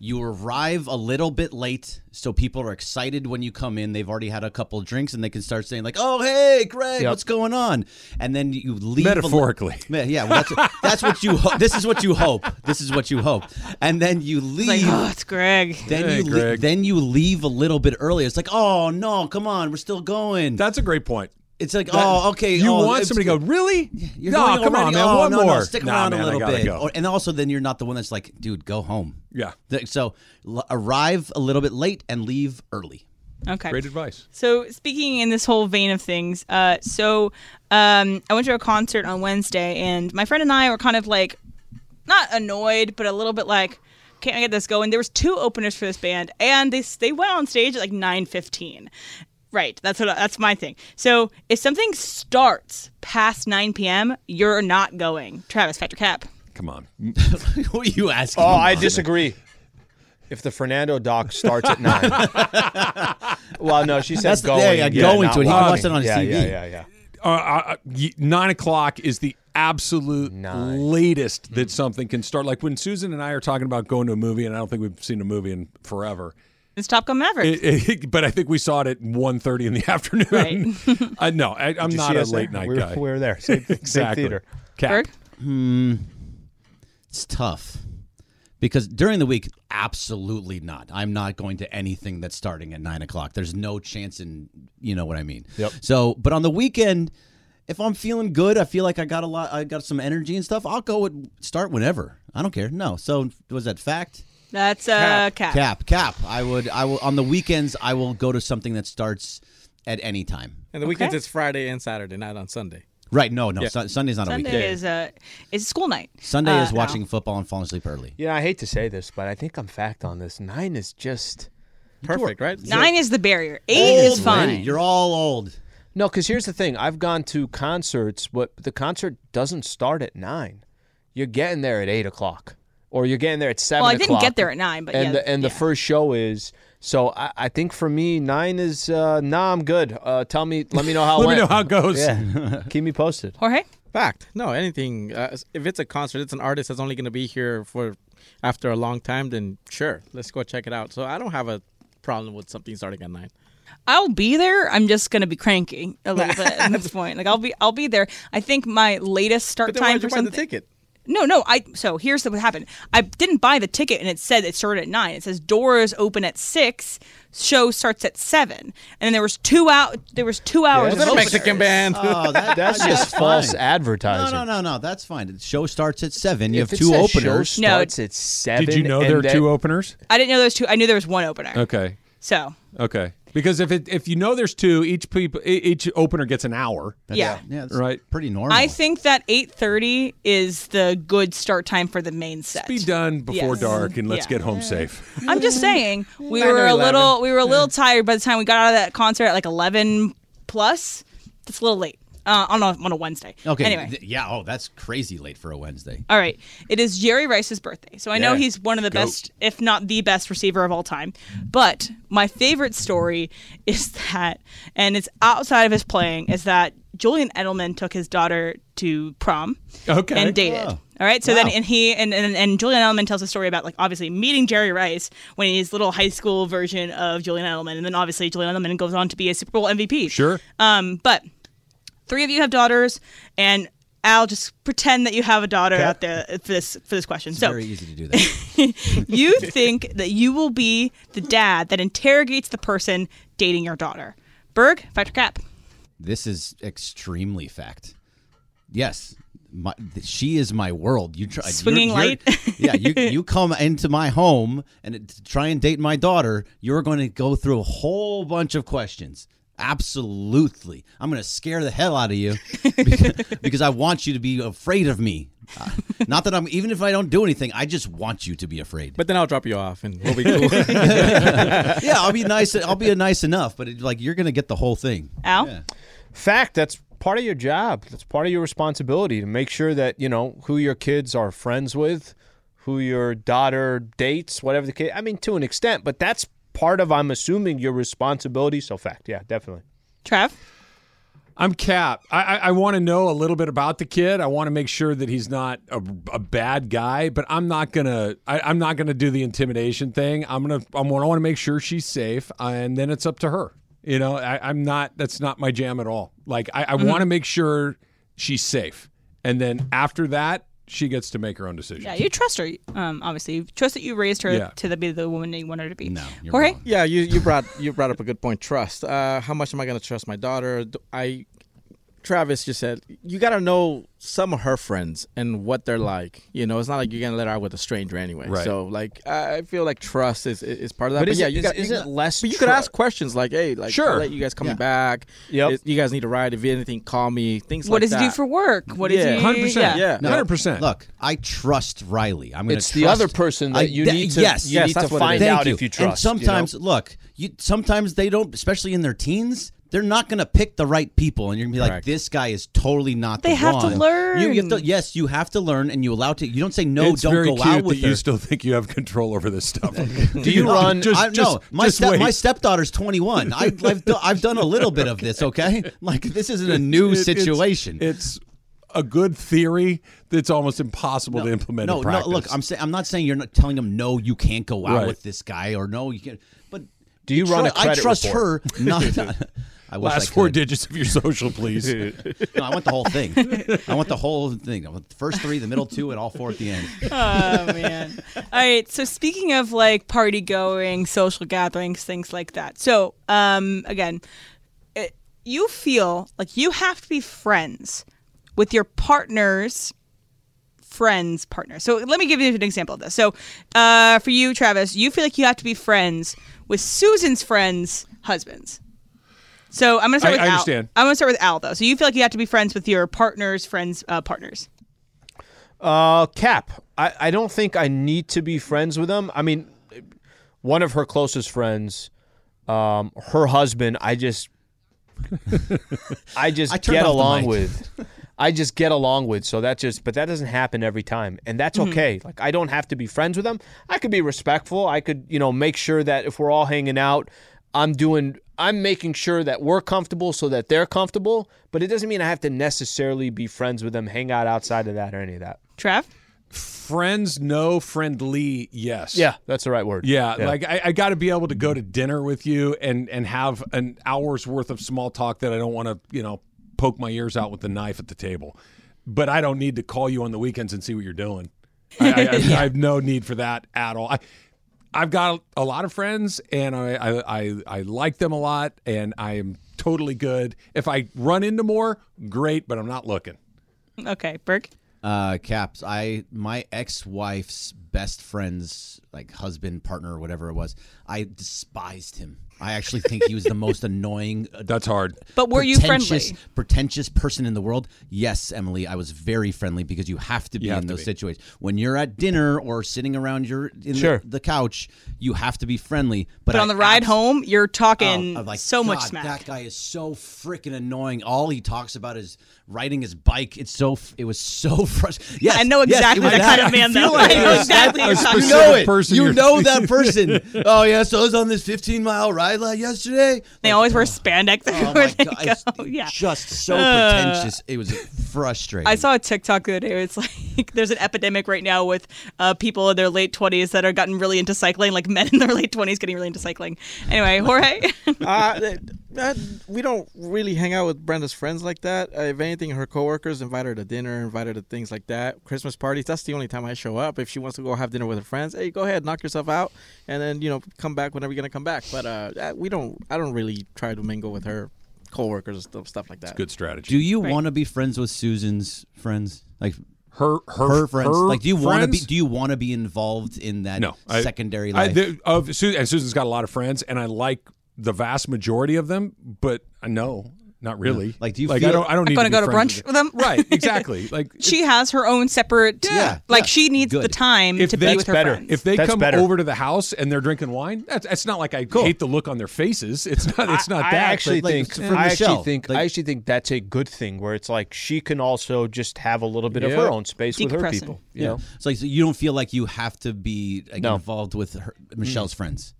Speaker 5: You arrive a little bit late, so people are excited when you come in. They've already had a couple drinks, and they can start saying like, "Oh, hey, Greg, what's going on?" And then you leave a li-
Speaker 2: Metaphorically.
Speaker 5: Yeah, [LAUGHS] yeah, well, that's, that's what you. Ho- this is what you hope. This is what you hope. And then you
Speaker 1: Like,
Speaker 5: leave.
Speaker 1: oh, it's Greg.
Speaker 5: Then
Speaker 2: Hey,
Speaker 5: you le-
Speaker 2: Greg.
Speaker 5: then you leave a little bit early. It's like, oh no, come on, we're still going.
Speaker 2: That's a great point.
Speaker 5: it's like, oh okay.
Speaker 2: You
Speaker 5: oh,
Speaker 2: want
Speaker 5: it's-
Speaker 2: somebody to go, really?
Speaker 5: You're
Speaker 2: no,
Speaker 5: going
Speaker 2: come
Speaker 5: already?
Speaker 2: on, man.
Speaker 5: Oh,
Speaker 2: one
Speaker 5: no, no,
Speaker 2: more.
Speaker 5: stick
Speaker 2: Nah,
Speaker 5: around
Speaker 2: man, I
Speaker 5: a little
Speaker 2: gotta
Speaker 5: bit.
Speaker 2: go.
Speaker 5: Or- and also, then you're not the one that's like, dude, go home.
Speaker 2: Yeah.
Speaker 5: Th- So l- arrive a little bit late and leave early.
Speaker 1: Okay.
Speaker 2: Great advice.
Speaker 1: So speaking in this whole vein of things, uh, so um, I went to a concert on Wednesday, and my friend and I were kind of like, not annoyed, but a little bit like, can't I get this going? There was two openers for this band, and they they went on stage at like nine fifteen. Right, that's what that's my thing. So if something starts past nine p.m., you're not going. Travis, factor cap.
Speaker 2: Come on.
Speaker 5: [LAUGHS] Who are you asking?
Speaker 3: Oh, I
Speaker 5: about?
Speaker 3: disagree. If the Fernando doc starts at
Speaker 5: [LAUGHS]
Speaker 3: nine, well, no, she said
Speaker 5: That's the-
Speaker 3: going.
Speaker 5: yeah, yeah,
Speaker 3: and
Speaker 5: going
Speaker 3: not
Speaker 5: to it. He can
Speaker 3: watching.
Speaker 5: watch it on his
Speaker 3: yeah,
Speaker 5: TV.
Speaker 3: Yeah, yeah, yeah.
Speaker 2: uh, uh, y- nine o'clock is the absolute latest
Speaker 3: Mm-hmm.
Speaker 2: that something can start. Like when Susan and I are talking about going to a movie, and I don't think we've seen a movie in forever.
Speaker 1: It's Top Gun Maverick.
Speaker 2: It- it- but I think we saw it at 1.30 in the [LAUGHS] afternoon. [LAUGHS] uh, no, I, I'm
Speaker 3: Did you
Speaker 2: not
Speaker 3: see
Speaker 2: a
Speaker 3: us there?
Speaker 2: late night
Speaker 3: we were,
Speaker 2: guy.
Speaker 3: We were
Speaker 2: [LAUGHS]
Speaker 3: there. Same, same
Speaker 2: exactly.
Speaker 3: theater.
Speaker 2: Cap.
Speaker 1: Berg?
Speaker 5: Hmm. It's tough because during the week, absolutely not. I'm not going to anything that's starting at nine o'clock. There's no chance in you know what I mean. Yep. So, but on the weekend, if I'm feeling good, I feel like I got a lot, I got some energy and stuff. I'll go and start whenever. I don't care. No. So was that fact?
Speaker 1: That's a cap.
Speaker 5: Cap. Cap. I would. I will. On the weekends, I will go to something that starts at any time.
Speaker 4: And the weekends it's Friday and Saturday, not on Sunday.
Speaker 5: Right. No. No.
Speaker 4: Yeah.
Speaker 5: Sun- Sunday's not
Speaker 1: Sunday
Speaker 5: a weekend.
Speaker 1: is a is school night.
Speaker 5: Sunday
Speaker 1: Uh,
Speaker 5: is
Speaker 1: no.
Speaker 5: watching football and falling asleep early.
Speaker 3: Yeah, I hate to say this, but I think I'm fact on this. Nine is just
Speaker 4: Perfect, right?
Speaker 1: Nine is the barrier. Eight is fine.
Speaker 5: You're all old.
Speaker 3: no, because here's the thing: I've gone to concerts, but the concert doesn't start at nine. You're getting there at eight o'clock, or you're getting there at seven.
Speaker 1: Well, I didn't
Speaker 3: o'clock.
Speaker 1: get there at nine, but
Speaker 3: and
Speaker 1: yeah,
Speaker 3: the, and the
Speaker 1: yeah.
Speaker 3: first show is so. I, I think for me, nine is uh, nah. I'm good. Uh, tell me, let me know
Speaker 5: [LAUGHS]
Speaker 3: how. it
Speaker 2: Let me
Speaker 3: went.
Speaker 2: know how it goes.
Speaker 3: Yeah, keep me posted.
Speaker 1: Jorge.
Speaker 4: Fact. No, anything. Uh, if it's a concert, it's an artist that's only going to be here for after a long time, then sure, let's go check it out. So I don't have a problem with something starting at nine.
Speaker 1: I'll be there. I'm just gonna be cranky a little bit at this point. Like I'll be I'll be there. I think my latest start
Speaker 4: But then why
Speaker 1: time
Speaker 4: did
Speaker 1: for
Speaker 4: you buy the
Speaker 1: something.
Speaker 4: ticket?
Speaker 1: No, no. I so here's what happened. I didn't buy the ticket, and it said it started at nine. It says doors open at six, show starts at seven, and then there was two out. There was two hours.
Speaker 3: Well,
Speaker 1: of
Speaker 4: Little
Speaker 3: that's-
Speaker 1: openers.
Speaker 4: Mexican band.
Speaker 3: [LAUGHS]
Speaker 5: Oh, that,
Speaker 3: That's
Speaker 5: that's
Speaker 3: just false
Speaker 5: fine. No,
Speaker 3: advertising.
Speaker 5: no, no, no. That's fine. The show starts at seven. You
Speaker 3: If
Speaker 5: have
Speaker 3: it
Speaker 5: two
Speaker 3: says show
Speaker 5: openers.
Speaker 1: No,
Speaker 3: starts
Speaker 1: it-
Speaker 3: at seven.
Speaker 2: Did you know
Speaker 3: and
Speaker 2: there are
Speaker 3: then-
Speaker 2: two openers?
Speaker 1: I didn't know there was two. I knew there was one opener.
Speaker 2: Okay.
Speaker 1: So
Speaker 2: Okay. Because if it if you know there's two, each people e- each opener gets an hour.
Speaker 1: yeah.
Speaker 5: Yeah, that's
Speaker 2: Right.
Speaker 5: Pretty normal.
Speaker 1: I think that eight thirty is the good start time for the main set.
Speaker 2: Be done before
Speaker 1: Yes.
Speaker 2: dark and let's
Speaker 1: Yeah.
Speaker 2: get home safe.
Speaker 1: I'm just saying we
Speaker 4: Nine or
Speaker 1: were a
Speaker 4: 11.
Speaker 1: little we were a little tired by the time we got out of that concert at like 11 plus. That's a little late. Uh, I don't know on a Wednesday.
Speaker 5: Okay.
Speaker 1: Anyway.
Speaker 5: th- yeah. Oh, that's crazy late for a Wednesday.
Speaker 1: all right. It is Jerry Rice's birthday. So I know
Speaker 3: Yeah.
Speaker 1: he's one of the best, if not the best receiver of all time. But my favorite story [LAUGHS] is that, and it's outside of his playing, is that Julian Edelman took his daughter to prom
Speaker 2: Okay.
Speaker 1: and dated.
Speaker 5: Wow.
Speaker 1: All right. So then,
Speaker 5: Wow.
Speaker 1: and he and, and and Julian Edelman tells a story about like obviously meeting Jerry Rice when he's little high school version of Julian Edelman, and then obviously Julian Edelman goes on to be a Super Bowl MVP.
Speaker 2: Sure.
Speaker 1: Um, but three of you have daughters, and Al, just pretend that you have a daughter out there for this for this question. so
Speaker 5: Very easy to do that.
Speaker 1: you think that you will be the dad that interrogates the person dating your daughter. Berg, factor cap.
Speaker 5: this is extremely fact. Yes. My, th- she is my world. You try you're-
Speaker 1: Swinging
Speaker 5: you're-
Speaker 1: light?
Speaker 5: [LAUGHS] yeah, you you come into my home and it- to try and date my daughter. You're going to go through a whole bunch of questions. Absolutely, I'm going to scare the hell out of you [LAUGHS] because, [LAUGHS] because I want you to be afraid of me. Uh, not that I'm even if I don't do anything, I just want you to be afraid.
Speaker 4: But then I'll drop you off and
Speaker 5: [LAUGHS]
Speaker 4: we'll be cool.
Speaker 5: [LAUGHS] yeah, I'll be nice. I'll be nice enough, but it, like you're going to get the whole thing.
Speaker 1: Al,
Speaker 3: fact that's part of your job that's part of your responsibility to make sure that you know who your kids are friends with who your daughter dates whatever the case i mean to an extent but that's part of i'm assuming your responsibility so fact yeah definitely
Speaker 1: Trav.
Speaker 2: I'm Cap. I, I, I want to know a little bit about the kid. I want to make sure that he's not a, a bad guy, but I'm not gonna. I, I'm not gonna do the intimidation thing. I'm gonna. I'm, I want to make sure she's safe, and then it's up to her. You know, I, I'm not. That's not my jam at all. Like I, I
Speaker 1: Mm-hmm.
Speaker 2: want to make sure she's safe, and then after that, she gets to make her own decision.
Speaker 1: Yeah, you trust her. Um, obviously, you trust that you raised her
Speaker 2: Yeah.
Speaker 1: to the, be the woman that you want her to be.
Speaker 5: No, you're
Speaker 1: Jorge.
Speaker 5: wrong.
Speaker 4: yeah, you, you brought you brought up a good point. Trust. Uh, how much am I going to trust my daughter? D- I, Travis just said you got to know some of her friends and what they're like. You know, it's not like you're going to let her out with a stranger anyway.
Speaker 2: Right.
Speaker 4: So like, I feel like trust is is part of that.
Speaker 3: But
Speaker 4: But,
Speaker 3: is
Speaker 4: yeah,
Speaker 3: it-
Speaker 4: you
Speaker 3: is-
Speaker 4: got,
Speaker 3: is
Speaker 4: you
Speaker 3: it
Speaker 4: got-
Speaker 3: less
Speaker 4: But you could ask
Speaker 3: trust?
Speaker 4: questions like, hey, like,
Speaker 2: Sure.
Speaker 4: I'll let you guys coming back.
Speaker 3: Yep.
Speaker 4: If you guys need a ride. If you have anything, call me. Things
Speaker 1: What
Speaker 4: like
Speaker 1: does
Speaker 4: that.
Speaker 1: he do for work? What
Speaker 4: Yeah.
Speaker 1: does he?
Speaker 2: 100%.
Speaker 1: Yeah.
Speaker 4: Yeah.
Speaker 5: No,
Speaker 2: Hundred percent.
Speaker 5: Look, I trust Riley. I'm going
Speaker 3: It's the other person that you need to-
Speaker 5: Yes,
Speaker 3: you Yes, need to that's what it find is. out if you trust, you know?
Speaker 5: And sometimes, look, you sometimes they don't, especially in their teens. They're not going to pick the right people, and you're going to be like,
Speaker 4: Correct.
Speaker 5: "This guy is totally not."
Speaker 1: They
Speaker 5: the
Speaker 1: have to
Speaker 5: one.
Speaker 1: learn.
Speaker 5: You, you have to, yes, you have to learn, and you allow to. You don't say no.
Speaker 2: it's
Speaker 5: don't
Speaker 2: very
Speaker 5: go
Speaker 2: cute
Speaker 5: out with
Speaker 2: that
Speaker 5: her.
Speaker 2: you still think you have control over this
Speaker 5: [LAUGHS]
Speaker 2: stuff.
Speaker 3: do
Speaker 2: [LAUGHS]
Speaker 3: you run
Speaker 2: Just-
Speaker 5: I, no, my
Speaker 2: just
Speaker 5: step,
Speaker 2: wait.
Speaker 5: my stepdaughter's 21. I,
Speaker 2: [LAUGHS]
Speaker 5: I've, do, I've done a little bit of this. Okay, [LAUGHS] like this isn't a new
Speaker 2: It- it's-
Speaker 5: situation.
Speaker 2: It's, a good theory that's almost impossible to implement.
Speaker 5: no,
Speaker 2: in practice.
Speaker 5: no. Look, I'm saying I'm not saying you're not telling them no. You can't go out
Speaker 2: Right.
Speaker 5: with this guy, or no, you can't. But
Speaker 3: do you run a
Speaker 5: I
Speaker 3: credit
Speaker 5: trust
Speaker 3: report?
Speaker 2: [LAUGHS]
Speaker 5: her. Not. [LAUGHS] I wish I
Speaker 2: Last
Speaker 5: could.
Speaker 2: four digits of your social, please.
Speaker 5: [LAUGHS] No, I want the whole thing. I want the whole thing. I want the first three, the middle two, and all four at the end.
Speaker 2: [LAUGHS]
Speaker 1: Oh man. All right. So speaking of like party going, social gatherings, things like that. So um, again, it, you feel like you have to be friends with your partner's friends partner. So let me give you an example of this. So uh, for you, Travis, you feel like you have to be friends with Susan's friends' husbands. So I'm gonna start
Speaker 2: I-
Speaker 1: with
Speaker 2: I
Speaker 1: Al.
Speaker 2: understand.
Speaker 1: I'm gonna start with Al though. So you feel like you have to be friends with your partner's friends' uh, partners.
Speaker 3: Uh, Cap. I, I don't think I need to be friends with them. I mean, one of her closest friends, um, her husband. I just, [LAUGHS] I just
Speaker 5: I turned
Speaker 3: get
Speaker 5: off the
Speaker 3: along
Speaker 5: mic.
Speaker 3: with. I just get along with. So that just, but that doesn't happen every time, and that's
Speaker 5: Mm-hmm.
Speaker 3: okay. Like I don't have to be friends with them. I could be respectful. I could, you know, make sure that if we're all hanging out, I'm doing. I'm making sure that we're comfortable so that they're comfortable, but it doesn't mean I have to necessarily be friends with them, hang out outside of that or any of that.
Speaker 1: Trav,
Speaker 2: Friends, no. Friendly, yes.
Speaker 3: Yeah, that's the right word.
Speaker 2: Yeah, like I, I got to be able to go to dinner with you and and have an hour's worth of small talk that I don't want to, you know, poke my ears out with the knife at the table. But I don't need to call you on the weekends and see what you're doing. I, I, I, I have no need for that at all. I, I've got a lot of friends, and I, I I I like them a lot, and I am totally good. If I run into more, great, but I'm not looking.
Speaker 1: okay, Burke,
Speaker 5: Uh, Caps, I my ex-wife's best friend's like husband, partner, whatever it was. I despised him. I actually think he was the most [LAUGHS] annoying. uh,
Speaker 2: That's hard.
Speaker 1: But were you
Speaker 5: pretentious-
Speaker 1: friendly?
Speaker 5: Pretentious person in the world. Yes, Emily, I was very friendly because you have to be
Speaker 2: have
Speaker 5: in
Speaker 2: to
Speaker 5: those
Speaker 2: be.
Speaker 5: situations. When you're at dinner or sitting around your in
Speaker 3: Sure.
Speaker 5: the, the couch, you have to be friendly. But,
Speaker 1: but on
Speaker 5: I
Speaker 1: the ride
Speaker 5: abs-
Speaker 1: home, you're talking
Speaker 5: Oh, I'm like,
Speaker 1: so much
Speaker 5: "God,
Speaker 1: smack.
Speaker 5: That guy is so freaking annoying. All he talks about is riding his bike. It's so. It was so [LAUGHS] frustrating. Yes,
Speaker 1: I know
Speaker 5: yes, it
Speaker 1: exactly
Speaker 5: was
Speaker 1: that kind of
Speaker 5: I
Speaker 1: man,
Speaker 5: feel
Speaker 1: though.
Speaker 5: like
Speaker 1: I know
Speaker 5: it.
Speaker 1: [LAUGHS] exactly what you're talking
Speaker 5: You
Speaker 1: about.
Speaker 5: know it.
Speaker 2: Person
Speaker 5: you
Speaker 2: you're-
Speaker 5: know
Speaker 2: [LAUGHS]
Speaker 5: that person. oh yeah, so I was on this 15 mile ride like yesterday.
Speaker 1: They
Speaker 5: Like,
Speaker 1: always wear
Speaker 5: oh,
Speaker 1: spandex
Speaker 5: Oh
Speaker 1: everywhere
Speaker 5: my
Speaker 1: they
Speaker 5: god!
Speaker 1: go. [LAUGHS]
Speaker 5: It's
Speaker 1: yeah.
Speaker 5: just
Speaker 1: [LAUGHS]
Speaker 5: so
Speaker 1: Uh,
Speaker 5: pretentious. It was frustrating.
Speaker 1: I saw a TikTok the other day. It's [LAUGHS] like there's an epidemic right now with uh, people in their late 20s that are gotten really into cycling, like men in their [LAUGHS] late 20s getting really into cycling. Anyway, [LAUGHS] Jorge, [LAUGHS]
Speaker 4: uh, th- that- we don't really hang out with Brenda's friends like that. Uh, if anything, her coworkers invite her to dinner, invite her to things like that. Christmas parties, that's the only time I show up. If she wants to go have dinner with her friends, hey, go ahead, knock yourself out, and then, you know, come back whenever you're going to come back. But uh, uh, we don't, I don't really try to mingle with her coworkers and stuff, stuff like that.
Speaker 2: Good strategy.
Speaker 5: Do you want to be friends with Susan's friends? Like
Speaker 2: her her
Speaker 5: her friends? like do you want to be?
Speaker 2: friends?
Speaker 5: Do you want to be involved in that
Speaker 2: no I-
Speaker 5: secondary
Speaker 2: I,
Speaker 5: life?
Speaker 2: the- of Su- and Susan's got a lot of friends, and I like the vast majority of them, but uh, no, not really.
Speaker 5: Like, do you
Speaker 2: like I
Speaker 5: feel-
Speaker 2: don't I don't
Speaker 1: I'm
Speaker 2: need
Speaker 1: going to
Speaker 2: be
Speaker 1: go to
Speaker 2: friends
Speaker 1: brunch with them. [LAUGHS]
Speaker 2: Right, exactly. Like
Speaker 1: She has her own separate.
Speaker 5: Yeah,
Speaker 1: Like
Speaker 5: yeah.
Speaker 1: she needs the
Speaker 5: Good.
Speaker 1: time
Speaker 2: If
Speaker 1: to be
Speaker 2: that's
Speaker 1: with her
Speaker 3: better.
Speaker 1: friends.
Speaker 2: if they
Speaker 3: That's
Speaker 2: come
Speaker 3: better.
Speaker 2: over to the house and they're drinking wine, that's it's not like I hate the look on their faces. It's not it's not
Speaker 3: I
Speaker 2: that.
Speaker 3: actually
Speaker 2: but, like,
Speaker 3: think
Speaker 5: for
Speaker 3: I
Speaker 5: Michelle,
Speaker 3: actually think
Speaker 5: like-
Speaker 3: I actually think that's a good thing where it's like she can also just have a little bit of her own space with her
Speaker 1: Decompressing.
Speaker 3: people. You know?
Speaker 5: It's like so you don't feel like you have to be like,
Speaker 3: No.
Speaker 5: involved with her, Michelle's friends.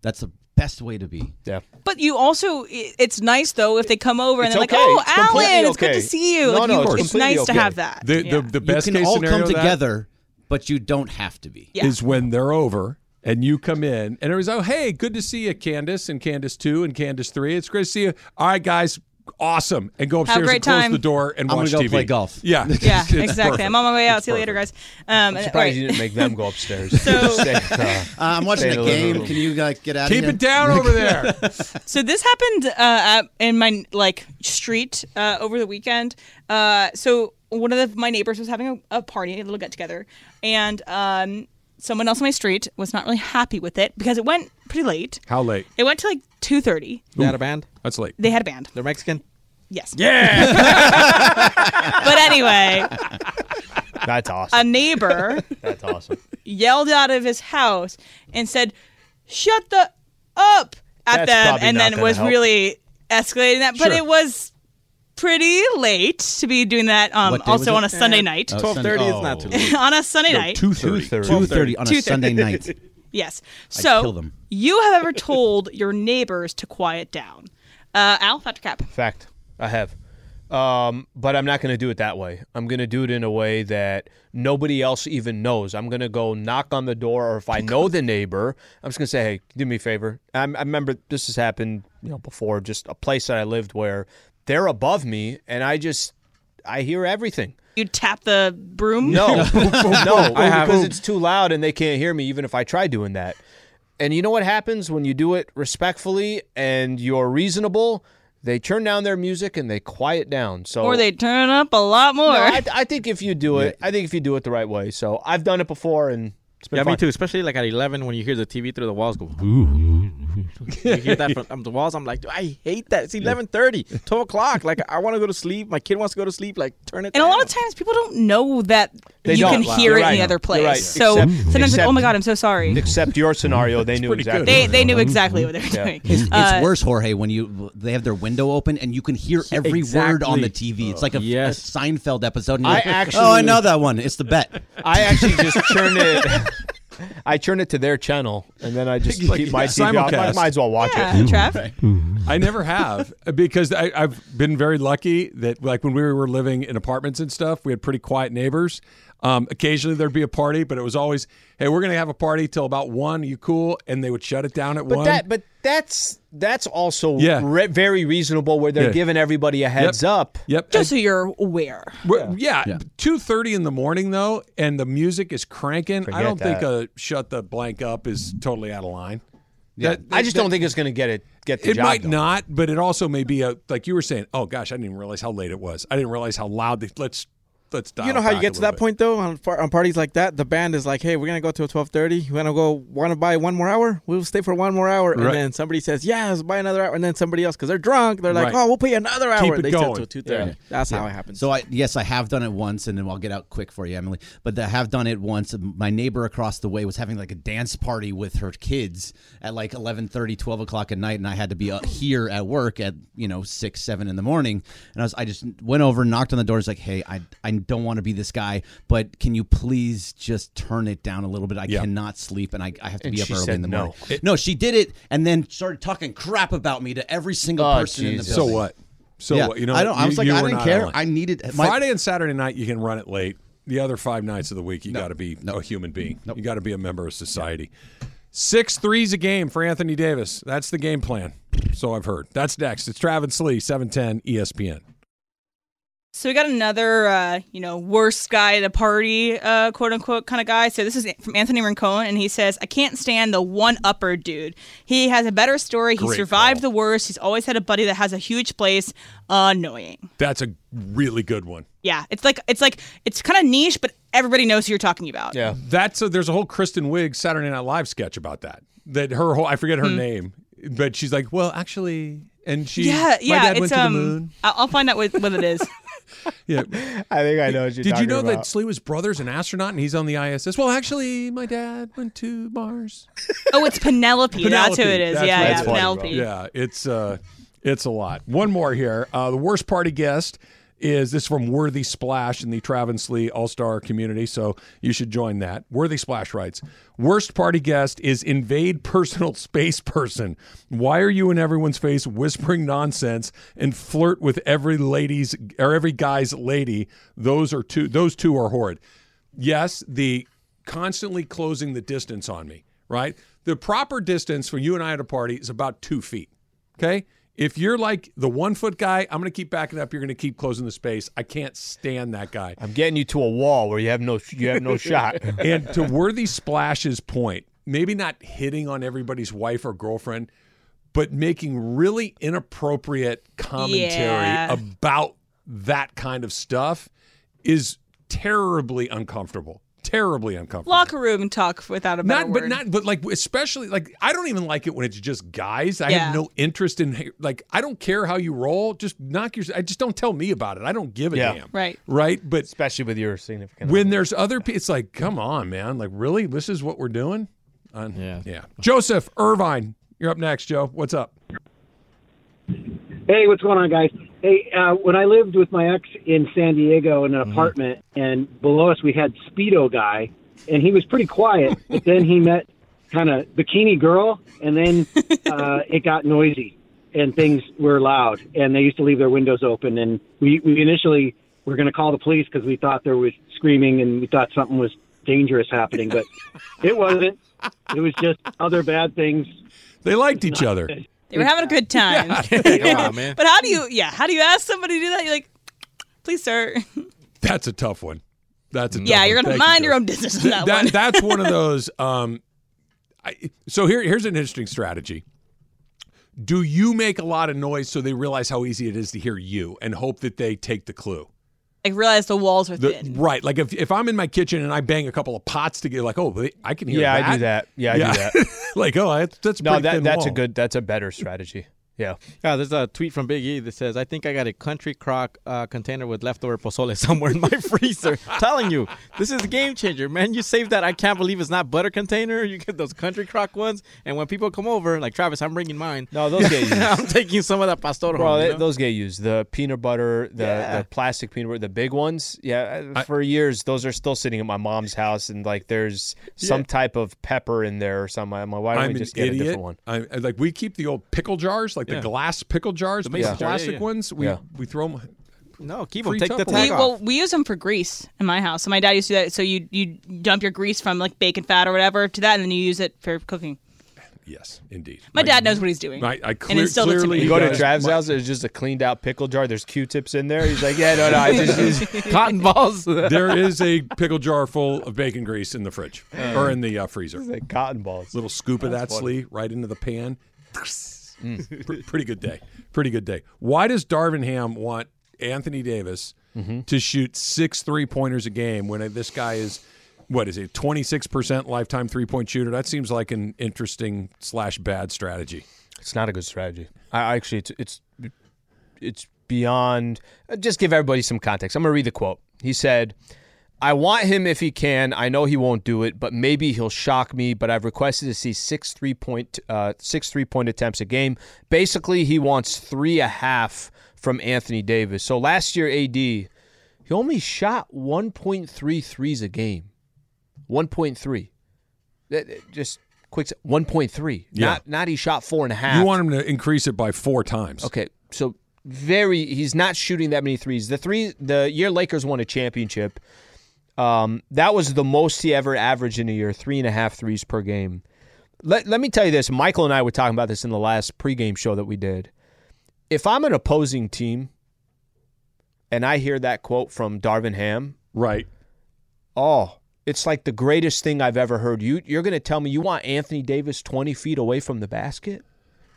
Speaker 5: That's the best way to be.
Speaker 3: Yeah.
Speaker 1: but you also, i- it's nice though if they come over and
Speaker 3: It's
Speaker 1: they're
Speaker 3: okay.
Speaker 1: like, "Oh,
Speaker 3: It's completely
Speaker 1: Alan, it's good
Speaker 3: okay.
Speaker 1: to see you."
Speaker 3: No,
Speaker 1: like,
Speaker 3: no,
Speaker 1: you
Speaker 3: it's
Speaker 1: it's
Speaker 3: completely
Speaker 1: nice to
Speaker 3: okay.
Speaker 1: have that.
Speaker 2: the,
Speaker 1: Yeah.
Speaker 2: the the best
Speaker 5: you can
Speaker 2: case
Speaker 5: all
Speaker 2: scenario
Speaker 5: come
Speaker 2: of that
Speaker 5: together, but you don't
Speaker 3: [LAUGHS]
Speaker 5: have to be.
Speaker 1: Yeah.
Speaker 2: is when they're over. And you come in, and everybody's oh, hey, good to see you, Candace, and Candace two, and Candace three. It's great to see you. All right, guys, awesome, and go upstairs
Speaker 1: great
Speaker 2: and close
Speaker 1: time.
Speaker 2: the door and
Speaker 5: I'm
Speaker 2: watch
Speaker 5: gonna go
Speaker 2: TV.
Speaker 5: play golf. [LAUGHS]
Speaker 2: Yeah, [LAUGHS]
Speaker 1: Yeah,
Speaker 2: It's- it's
Speaker 1: exactly.
Speaker 2: perfect.
Speaker 1: I'm on my way out.
Speaker 2: It's
Speaker 1: See you later, guys.
Speaker 2: perfect.
Speaker 1: Um,
Speaker 3: I'm
Speaker 1: and-
Speaker 3: surprised
Speaker 1: right.
Speaker 3: you didn't make them go upstairs.
Speaker 1: So-
Speaker 2: [LAUGHS]
Speaker 3: Say, uh,
Speaker 5: [LAUGHS] Uh, I'm
Speaker 3: Stay
Speaker 5: watching a
Speaker 3: in the living
Speaker 5: game.
Speaker 3: room.
Speaker 5: Can you like get out
Speaker 2: Keep
Speaker 5: of here?
Speaker 2: it down over
Speaker 5: [LAUGHS]
Speaker 2: there.
Speaker 1: [LAUGHS] So this happened uh, at, in my like street uh, over the weekend. Uh, so one of the, my neighbors was having a, a party, a little get together, and um, someone else on my street was not really happy with it because it went pretty late.
Speaker 2: How late?
Speaker 1: It went to like two thirty.
Speaker 4: They had a band,
Speaker 2: That's late.
Speaker 1: They had a band.
Speaker 4: they're Mexican.
Speaker 1: Yes. [LAUGHS] Yeah. but anyway,
Speaker 2: [LAUGHS]
Speaker 3: that's awesome.
Speaker 1: a neighbor
Speaker 3: [LAUGHS] that's awesome.
Speaker 1: yelled out of his house and said, "Shut the up!" at
Speaker 3: That's
Speaker 1: them,
Speaker 3: probably
Speaker 1: and
Speaker 3: not
Speaker 1: then
Speaker 3: gonna
Speaker 1: was
Speaker 3: help.
Speaker 1: really escalating that. But
Speaker 2: Sure.
Speaker 1: it was pretty late to be doing that. Um,
Speaker 5: What day was
Speaker 1: also
Speaker 5: it?
Speaker 1: on a Sunday night,
Speaker 5: Oh,
Speaker 4: Twelve thirty
Speaker 1: [LAUGHS]
Speaker 4: is not too late.
Speaker 1: on a Sunday night.
Speaker 2: Two thirty.
Speaker 5: Two thirty on a Sunday night.
Speaker 1: [LAUGHS] yes.
Speaker 5: kill
Speaker 1: So
Speaker 5: them.
Speaker 1: you have ever told your neighbors to quiet down? Uh, Al, Factor Cap.
Speaker 3: Fact. I have. Um, but I'm not going to do it that way. I'm going to do it in a way that nobody else even knows. I'm going to go knock on the door, or if I know the neighbor, I'm just going to say, "Hey, do me a favor." I'm, I remember this has happened, you know, before. Just a place that I lived where they're above me, and I just I hear everything.
Speaker 1: You tap the broom. [LAUGHS]
Speaker 4: [LAUGHS]
Speaker 3: No, Mm-hmm. [LAUGHS] no,
Speaker 4: I have-
Speaker 3: because it's too loud and they can't hear me, even if I try doing that. And you know what happens when you do it respectfully and you're reasonable? They turn down their music and they quiet down. So
Speaker 1: or they turn up a lot more. [LAUGHS]
Speaker 3: No, I, I think if you do it, I think if you do it the right way. So I've done it before, and it's been
Speaker 4: Yeah, me
Speaker 3: fun.
Speaker 4: too. Especially like at eleven when you hear the TV through the walls go. [LAUGHS] Ooh. you hear that from um, the walls. I'm like, dude, I hate that. It's [LAUGHS] 11:30, 12 o'clock. Like I want to go to sleep. My kid wants to go to sleep. Like turn it.
Speaker 1: and a
Speaker 4: down.
Speaker 1: lot of times people don't know that
Speaker 3: They
Speaker 1: you
Speaker 3: don't.
Speaker 1: can
Speaker 3: Wow.
Speaker 1: hear
Speaker 3: You're
Speaker 1: it
Speaker 3: right.
Speaker 1: in the other
Speaker 3: You're
Speaker 1: place.
Speaker 3: right.
Speaker 1: So
Speaker 3: Except-
Speaker 1: sometimes, like,
Speaker 3: except-
Speaker 1: oh my god, I'm so sorry.
Speaker 3: Except your scenario, they knew
Speaker 2: pretty good.
Speaker 3: exactly. Uh-huh.
Speaker 1: They they knew exactly what they were doing.
Speaker 5: It's, it's
Speaker 1: Uh,
Speaker 5: worse, Jorge, when you they have their window open and you can hear every word on the TV. It's like a, a
Speaker 4: Yes.
Speaker 5: Seinfeld episode. And you're
Speaker 3: Uh, I
Speaker 5: like,
Speaker 3: actually-
Speaker 5: [LAUGHS] oh, I know that one. It's the bet.
Speaker 3: I actually
Speaker 5: [LAUGHS]
Speaker 3: just turn it. I turn it to their channel, and then I just
Speaker 2: Like,
Speaker 3: keep my
Speaker 2: yeah,
Speaker 3: TV off. I
Speaker 2: simulcast.
Speaker 3: might as well watch
Speaker 1: yeah,
Speaker 3: it.
Speaker 1: Trav.
Speaker 2: I never have because I, I've been very lucky that like when we were living in apartments and stuff, we had pretty quiet neighbors. Um, occasionally there'd be a party, but it was always, hey, we're gonna have a party till about one. you cool? And they would shut it down at
Speaker 3: But
Speaker 2: one.
Speaker 3: that, but that's that's also
Speaker 2: Yeah.
Speaker 3: re- very reasonable, where they're
Speaker 2: Yeah.
Speaker 3: giving everybody a heads up.
Speaker 2: yep.
Speaker 1: Just so you're aware.
Speaker 2: We're- yeah, two thirty in the morning though, and the music is cranking. I
Speaker 3: Forget
Speaker 2: don't think
Speaker 3: that.
Speaker 2: a shut the blank up is totally out of line. That-
Speaker 3: I just don't think it's going to get it get the
Speaker 2: It
Speaker 3: job
Speaker 2: might
Speaker 3: done.
Speaker 2: not, but it also may be a like you were saying. Oh gosh, I didn't even realize how late it was. I didn't realize how loud. They, let's let's dial
Speaker 4: You know how
Speaker 2: back
Speaker 4: you
Speaker 2: a
Speaker 4: get to
Speaker 2: little
Speaker 4: that
Speaker 2: bit.
Speaker 4: point though on, par- on parties like that, the band is like, "Hey, we're gonna go till twelve thirty. We're gonna go. Want to buy one more hour? We'll stay for one more hour."
Speaker 2: Right.
Speaker 4: And then somebody says, "Yeah, let's buy another hour." And then somebody else, because they're drunk, they're like,
Speaker 2: Right.
Speaker 4: "Oh, we'll pay another hour."
Speaker 2: it
Speaker 4: they
Speaker 2: going.
Speaker 4: till two thirty. That's how it happens.
Speaker 5: So I yes, I have done it once, and then I'll get out quick for you, Emily. But I have done it once. My neighbor across the way was having like a dance party with her kids at like 11, 12 o'clock at night, and I had to be uh, here at work at you know six, seven in the morning. And I was I just went over, knocked on the door, was like, hey, I I don't want to be this guy, but can you please just turn it down a little bit? I
Speaker 2: Yeah.
Speaker 5: cannot sleep, and I, I have to
Speaker 3: And
Speaker 5: be up
Speaker 3: she
Speaker 5: early
Speaker 3: said
Speaker 5: in the
Speaker 3: no.
Speaker 5: morning. no, she did it, and then started talking crap about me to every single
Speaker 3: Oh,
Speaker 5: person in the
Speaker 3: Jesus.
Speaker 2: So
Speaker 5: building.
Speaker 2: what? So
Speaker 5: Yeah,
Speaker 2: what? You know,
Speaker 5: I don't- I
Speaker 2: you-
Speaker 5: was like,
Speaker 2: you
Speaker 5: I
Speaker 2: were
Speaker 5: didn't
Speaker 2: not
Speaker 5: care.
Speaker 2: online.
Speaker 5: I needed- my-
Speaker 2: Friday and Saturday night. You can run it late. The other five nights of the week, you got to be a human being. You got to be a member of society. Six threes a game for Anthony Davis. That's the game plan. So I've heard. That's next. It's Travis Lee, seven ten E ESPN.
Speaker 1: So we got another, uh, you know, worst guy at a party, uh, quote unquote, kind of guy. So this is from Anthony Rincon, and he says, "I can't stand the one upper dude. He has a better story. He
Speaker 2: Great
Speaker 1: survived
Speaker 2: call.
Speaker 1: the worst. He's always had a buddy that has a huge place. Annoying.
Speaker 2: That's a really good one.
Speaker 1: Yeah, it's like it's like it's kind of niche, but everybody knows who you're talking about.
Speaker 3: Yeah.
Speaker 2: That's a, there's a whole Kristen Wiig Saturday Night Live sketch about that. That her whole I forget
Speaker 5: Hmm.
Speaker 2: her name, but she's like, well, actually, and she
Speaker 1: yeah, yeah.
Speaker 2: my dad
Speaker 1: it's
Speaker 2: went
Speaker 1: um,
Speaker 2: to the moon.
Speaker 1: I- I'll find out what, what it is.
Speaker 2: Yeah.
Speaker 3: I think I know what you're
Speaker 2: Did you
Speaker 3: talking
Speaker 2: know that
Speaker 3: about.
Speaker 2: Sliwa's brother's an astronaut and he's on the ISS? Well, actually, my dad went to Mars.
Speaker 1: oh, it's Penelope. That's who it is.
Speaker 2: That's
Speaker 1: yeah,
Speaker 2: right.
Speaker 1: yeah,
Speaker 2: That's funny,
Speaker 1: Penelope.
Speaker 2: bro. Yeah, it's uh, it's a lot. One more here. Uh, the worst party guest is this from Worthy Splash in the Travis Lee All Star community. So you should join that. Worthy Splash writes: Worst party guest is invade personal [LAUGHS] space person. Why are you in everyone's face whispering nonsense and flirt with every lady's or every guy's lady? Those are two. Those two are horrid yes, the constantly closing the distance on me, right? The proper distance for you and I at a party is about two feet. Okay. If you're like the one foot guy, I'm going to keep backing up. You're going to keep closing the space. I can't stand that guy.
Speaker 3: I'm getting you to a wall where you have no you
Speaker 2: [LAUGHS]
Speaker 3: have [LAUGHS] no shot.
Speaker 2: and to Worthy Splash's point, maybe not hitting on everybody's wife or girlfriend, but making really inappropriate commentary
Speaker 1: Yeah.
Speaker 2: about that kind of stuff is terribly uncomfortable. Terribly uncomfortable.
Speaker 1: Locker room and talk without a better
Speaker 2: not but
Speaker 1: word.
Speaker 2: not but like especially like I don't even like it when it's just guys. I
Speaker 1: Yeah.
Speaker 2: have no interest in like I don't care how you roll. Just knock your. I just don't tell me about it. I don't give a
Speaker 3: Yeah.
Speaker 2: damn.
Speaker 1: Right.
Speaker 2: Right. But
Speaker 3: Especially with your significant.
Speaker 2: when there's other people, it's like, come on, man. Like really, this is what we're doing. Uh,
Speaker 4: Yeah.
Speaker 2: Yeah. Joseph Irvine, you're up next, Joe. What's up?
Speaker 7: Hey, what's going on, guys? Hey, uh, when I lived with my ex in San Diego
Speaker 2: Mm-hmm.
Speaker 7: in an apartment, and below us we had Speedo guy, and he was
Speaker 2: [LAUGHS]
Speaker 7: pretty quiet. but then he met kind of bikini girl, and then uh, it got noisy, and things were loud, and they used to leave their windows open. And we, we initially were going to call the police because we thought there was screaming, and we thought something was dangerous happening, but it wasn't. It was just other bad things.
Speaker 2: They liked each other.
Speaker 7: [LAUGHS]
Speaker 1: They were having a good time.
Speaker 2: [LAUGHS]
Speaker 4: Come on, man.
Speaker 1: But how do you? Yeah, how do you ask somebody to do that? You're like, please, sir.
Speaker 2: That's a tough one. That's a
Speaker 1: [LAUGHS]
Speaker 2: tough
Speaker 1: Yeah,
Speaker 2: one.
Speaker 1: you're gonna
Speaker 2: Thank you,
Speaker 1: mind
Speaker 2: Joe.
Speaker 1: your [LAUGHS] own business on that, one. [LAUGHS]
Speaker 2: that's one of those. Um, I, so here, here's an interesting strategy. Do you make a lot of noise so they realize how easy it is to hear you and hope that they take the clue?
Speaker 1: I realize the walls are
Speaker 2: The-
Speaker 1: thin.
Speaker 2: right. Like if, if I'm in my kitchen and I bang a couple of pots together, like, oh, they- I can hear
Speaker 3: [LAUGHS] Yeah,
Speaker 2: that.
Speaker 3: I do that. Yeah, I
Speaker 2: [LAUGHS]
Speaker 3: do
Speaker 2: that. like, oh, that's, that's a
Speaker 3: No,
Speaker 2: pretty
Speaker 3: that,
Speaker 2: thin
Speaker 3: that's a
Speaker 2: wall.
Speaker 3: good. That's a better strategy. Yeah.
Speaker 4: Yeah, Ah, there's a tweet from Big E that says, "I think I got a country crock uh, container with leftover pozole [LAUGHS] somewhere in my
Speaker 3: [LAUGHS]
Speaker 4: freezer." Telling you, this is a game changer, man. You save that. I can't believe it's not butter container. You get those country crock ones, and when people come over, like Travis, I'm bringing mine.
Speaker 3: No,
Speaker 4: [LAUGHS]
Speaker 3: those get used.
Speaker 4: I'm taking some of that pastor
Speaker 3: Bro,
Speaker 4: home.
Speaker 3: they-
Speaker 4: you know?
Speaker 3: those get used. The peanut butter, the, the plastic peanut butter, the big ones. Yeah, I- for years, those are still sitting at my mom's house, and like there's some type of pepper in there or something. I'm like, why don't
Speaker 2: I'm
Speaker 3: we just
Speaker 2: an
Speaker 3: get
Speaker 2: idiot.
Speaker 3: a different one?
Speaker 2: I, I- like we keep the old pickle jars, like
Speaker 4: Yeah.
Speaker 2: the glass pickle jars,
Speaker 4: The
Speaker 2: the,
Speaker 4: mason jar, yeah,
Speaker 2: plastic
Speaker 4: yeah.
Speaker 2: ones. We
Speaker 3: Yeah.
Speaker 2: we throw them.
Speaker 4: no, keep them.
Speaker 2: Free
Speaker 4: Take the
Speaker 2: Tupperware.
Speaker 1: We,
Speaker 4: tag off.
Speaker 1: well, we use them for grease in my house. So my dad used to do that. So you you dump your grease from like bacon fat or whatever to that, and then you use it for cooking.
Speaker 2: Yes, indeed.
Speaker 1: My dad knows what he's doing.
Speaker 2: I, I
Speaker 1: and
Speaker 2: clear,
Speaker 1: instilled it to
Speaker 2: clearly
Speaker 1: me.
Speaker 3: You go to
Speaker 2: does.
Speaker 3: Trav's house, there's just a cleaned out pickle jar. There's Q-tips in there. He's like, yeah, no, no,
Speaker 4: [LAUGHS]
Speaker 3: I
Speaker 2: [LAUGHS]
Speaker 3: just use
Speaker 4: cotton balls.
Speaker 2: there is a pickle jar full of bacon grease in the fridge or in the uh, freezer.
Speaker 3: like cotton balls.
Speaker 2: Little scoop of that sleeve right into the pan. [LAUGHS]
Speaker 3: Mm.
Speaker 2: Pr- pretty good day. Pretty good day. Why does Darvin Ham want Anthony Davis
Speaker 3: Mm-hmm.
Speaker 2: to shoot six three pointers a game when this guy is, what is it, 26% lifetime three point shooter? That seems like an interesting slash bad strategy.
Speaker 3: It's not a good strategy. I I actually, it's it's, it's beyond. uh, Just give everybody some context. I'm gonna read the quote. He said, "I want him if he can. I know he won't do it, but maybe he'll shock me. But I've requested to see six three point uh, six three point attempts a game. Basically, he wants three a half from Anthony Davis. So last year, AD, he only shot 1.3 threes a game. 1.3. That- that- Just quick, s- 1.3.
Speaker 2: Yeah.
Speaker 3: Not not he shot four and a half.
Speaker 2: You want him to increase it by four times.
Speaker 3: Okay, so very he's not shooting that many threes. The three the year Lakers won a championship, um, that was the most he ever averaged in a year, three and a half threes per game. Let let me tell you this, Michael and I were talking about this in the last pregame show that we did. If I'm an opposing team and I hear that quote from Darvin Ham,
Speaker 2: Right.
Speaker 3: oh, it's like the greatest thing I've ever heard. You you're gonna tell me you want Anthony Davis twenty feet away from the basket?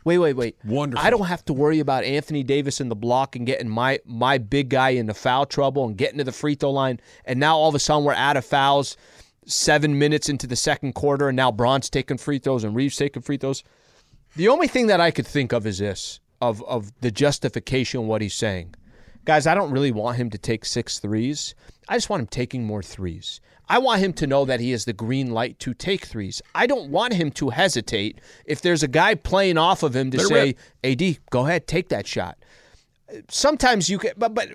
Speaker 3: Wait, wait, wait.
Speaker 2: Wonderful.
Speaker 3: I don't have to worry about Anthony Davis in the block and getting my my big guy into foul trouble and getting to the free throw line. And now all of a sudden we're out of fouls seven minutes into the second quarter, and now Braun's taking free throws and Reeves taking free throws. The only thing that I could think of is this of of the justification of what he's saying. Guys, I don't really want him to take six threes. I just want him taking more threes. I want him to know that he has the green light to take threes. I don't want him to hesitate if there's a guy playing off of him to say, AD, go ahead, take that shot. Sometimes you can, but, but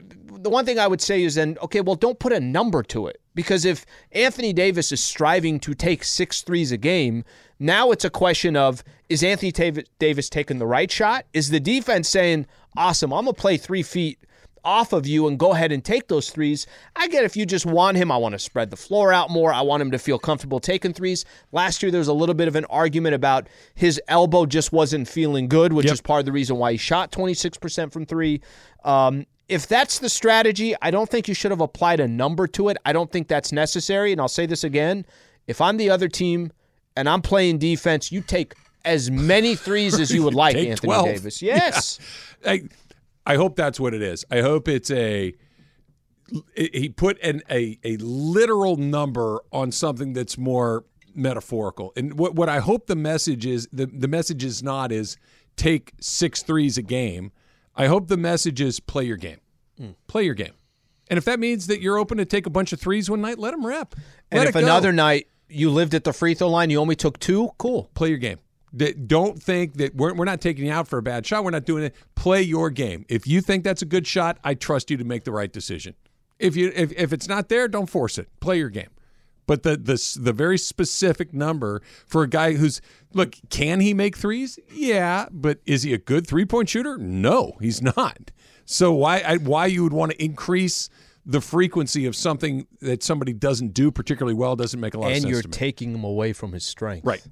Speaker 3: the one thing I would say is then, okay, well, don't put a number to it. Because if Anthony Davis is striving to take six threes a game, now it's a question of is Anthony Tav- Davis taking the right shot? Is the defense saying, awesome, I'm going to play three feet off of you and go ahead and take those threes. I get if you just want him, I want to spread the floor out more. I want him to feel comfortable taking threes. Last year, there was a little bit of an argument about his elbow just wasn't feeling good, which is part of the reason why he shot 26% from three. Um, if that's the strategy, I don't think you should have applied a number to it. I don't think that's necessary. And I'll say this again if I'm the other team and I'm playing defense, you take as many threes as you would like,
Speaker 2: Take
Speaker 3: Anthony
Speaker 2: 12. [LAUGHS]
Speaker 3: Davis. Yes.
Speaker 2: I, I hope that's what it is. I hope it's a. He put an a, a literal number on something that's more metaphorical. And what what I hope the message is the, the message is not is take six threes a game. I hope the message is play your game.
Speaker 3: Hmm.
Speaker 2: Play your game. And if that means that you're open to take a bunch of threes one night, let them rip.
Speaker 3: And
Speaker 2: Let
Speaker 3: if
Speaker 2: it go.
Speaker 3: another night you lived at the free throw line, you only took two, cool.
Speaker 2: play your game. D- Don't think that we're, we're not taking you out for a bad shot. We're not doing it. Play your game. If you think that's a good shot, I trust you to make the right decision. If you if, if it's not there, don't force it. Play your game. But the the s- the very specific number for a guy who's look can he make threes? Yeah, but is he a good three point shooter? No, he's not. So why I, why you would want to increase the frequency of something that somebody doesn't do particularly well doesn't make a lot of
Speaker 3: And
Speaker 2: sense
Speaker 3: you're
Speaker 2: to me.
Speaker 3: taking him away from his strength.
Speaker 2: Right.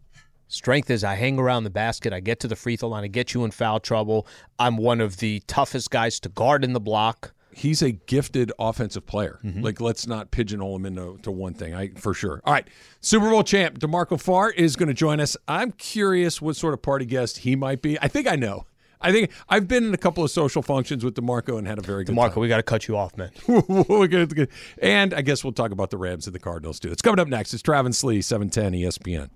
Speaker 3: Strength is I hang around the basket, I get to the free throw line, I get you in foul trouble. I'm one of the toughest guys to guard in the block.
Speaker 2: he's a gifted offensive player.
Speaker 3: Mm-hmm.
Speaker 2: Like, let's not pigeonhole him into to one thing. I for sure. All right, Super Bowl champ Demarco Farr is going to join us. I'm curious what sort of party guest he might be. I think I know. I think I've been in a couple of social functions with Demarco and had a very good
Speaker 3: Marco, we got to cut you off,
Speaker 2: [LAUGHS]
Speaker 3: man.
Speaker 2: We're gonna- gonna- and I guess we'll talk about the Rams and the Cardinals too. It's coming up next. It's Travis Lee, seven ten E ESPN.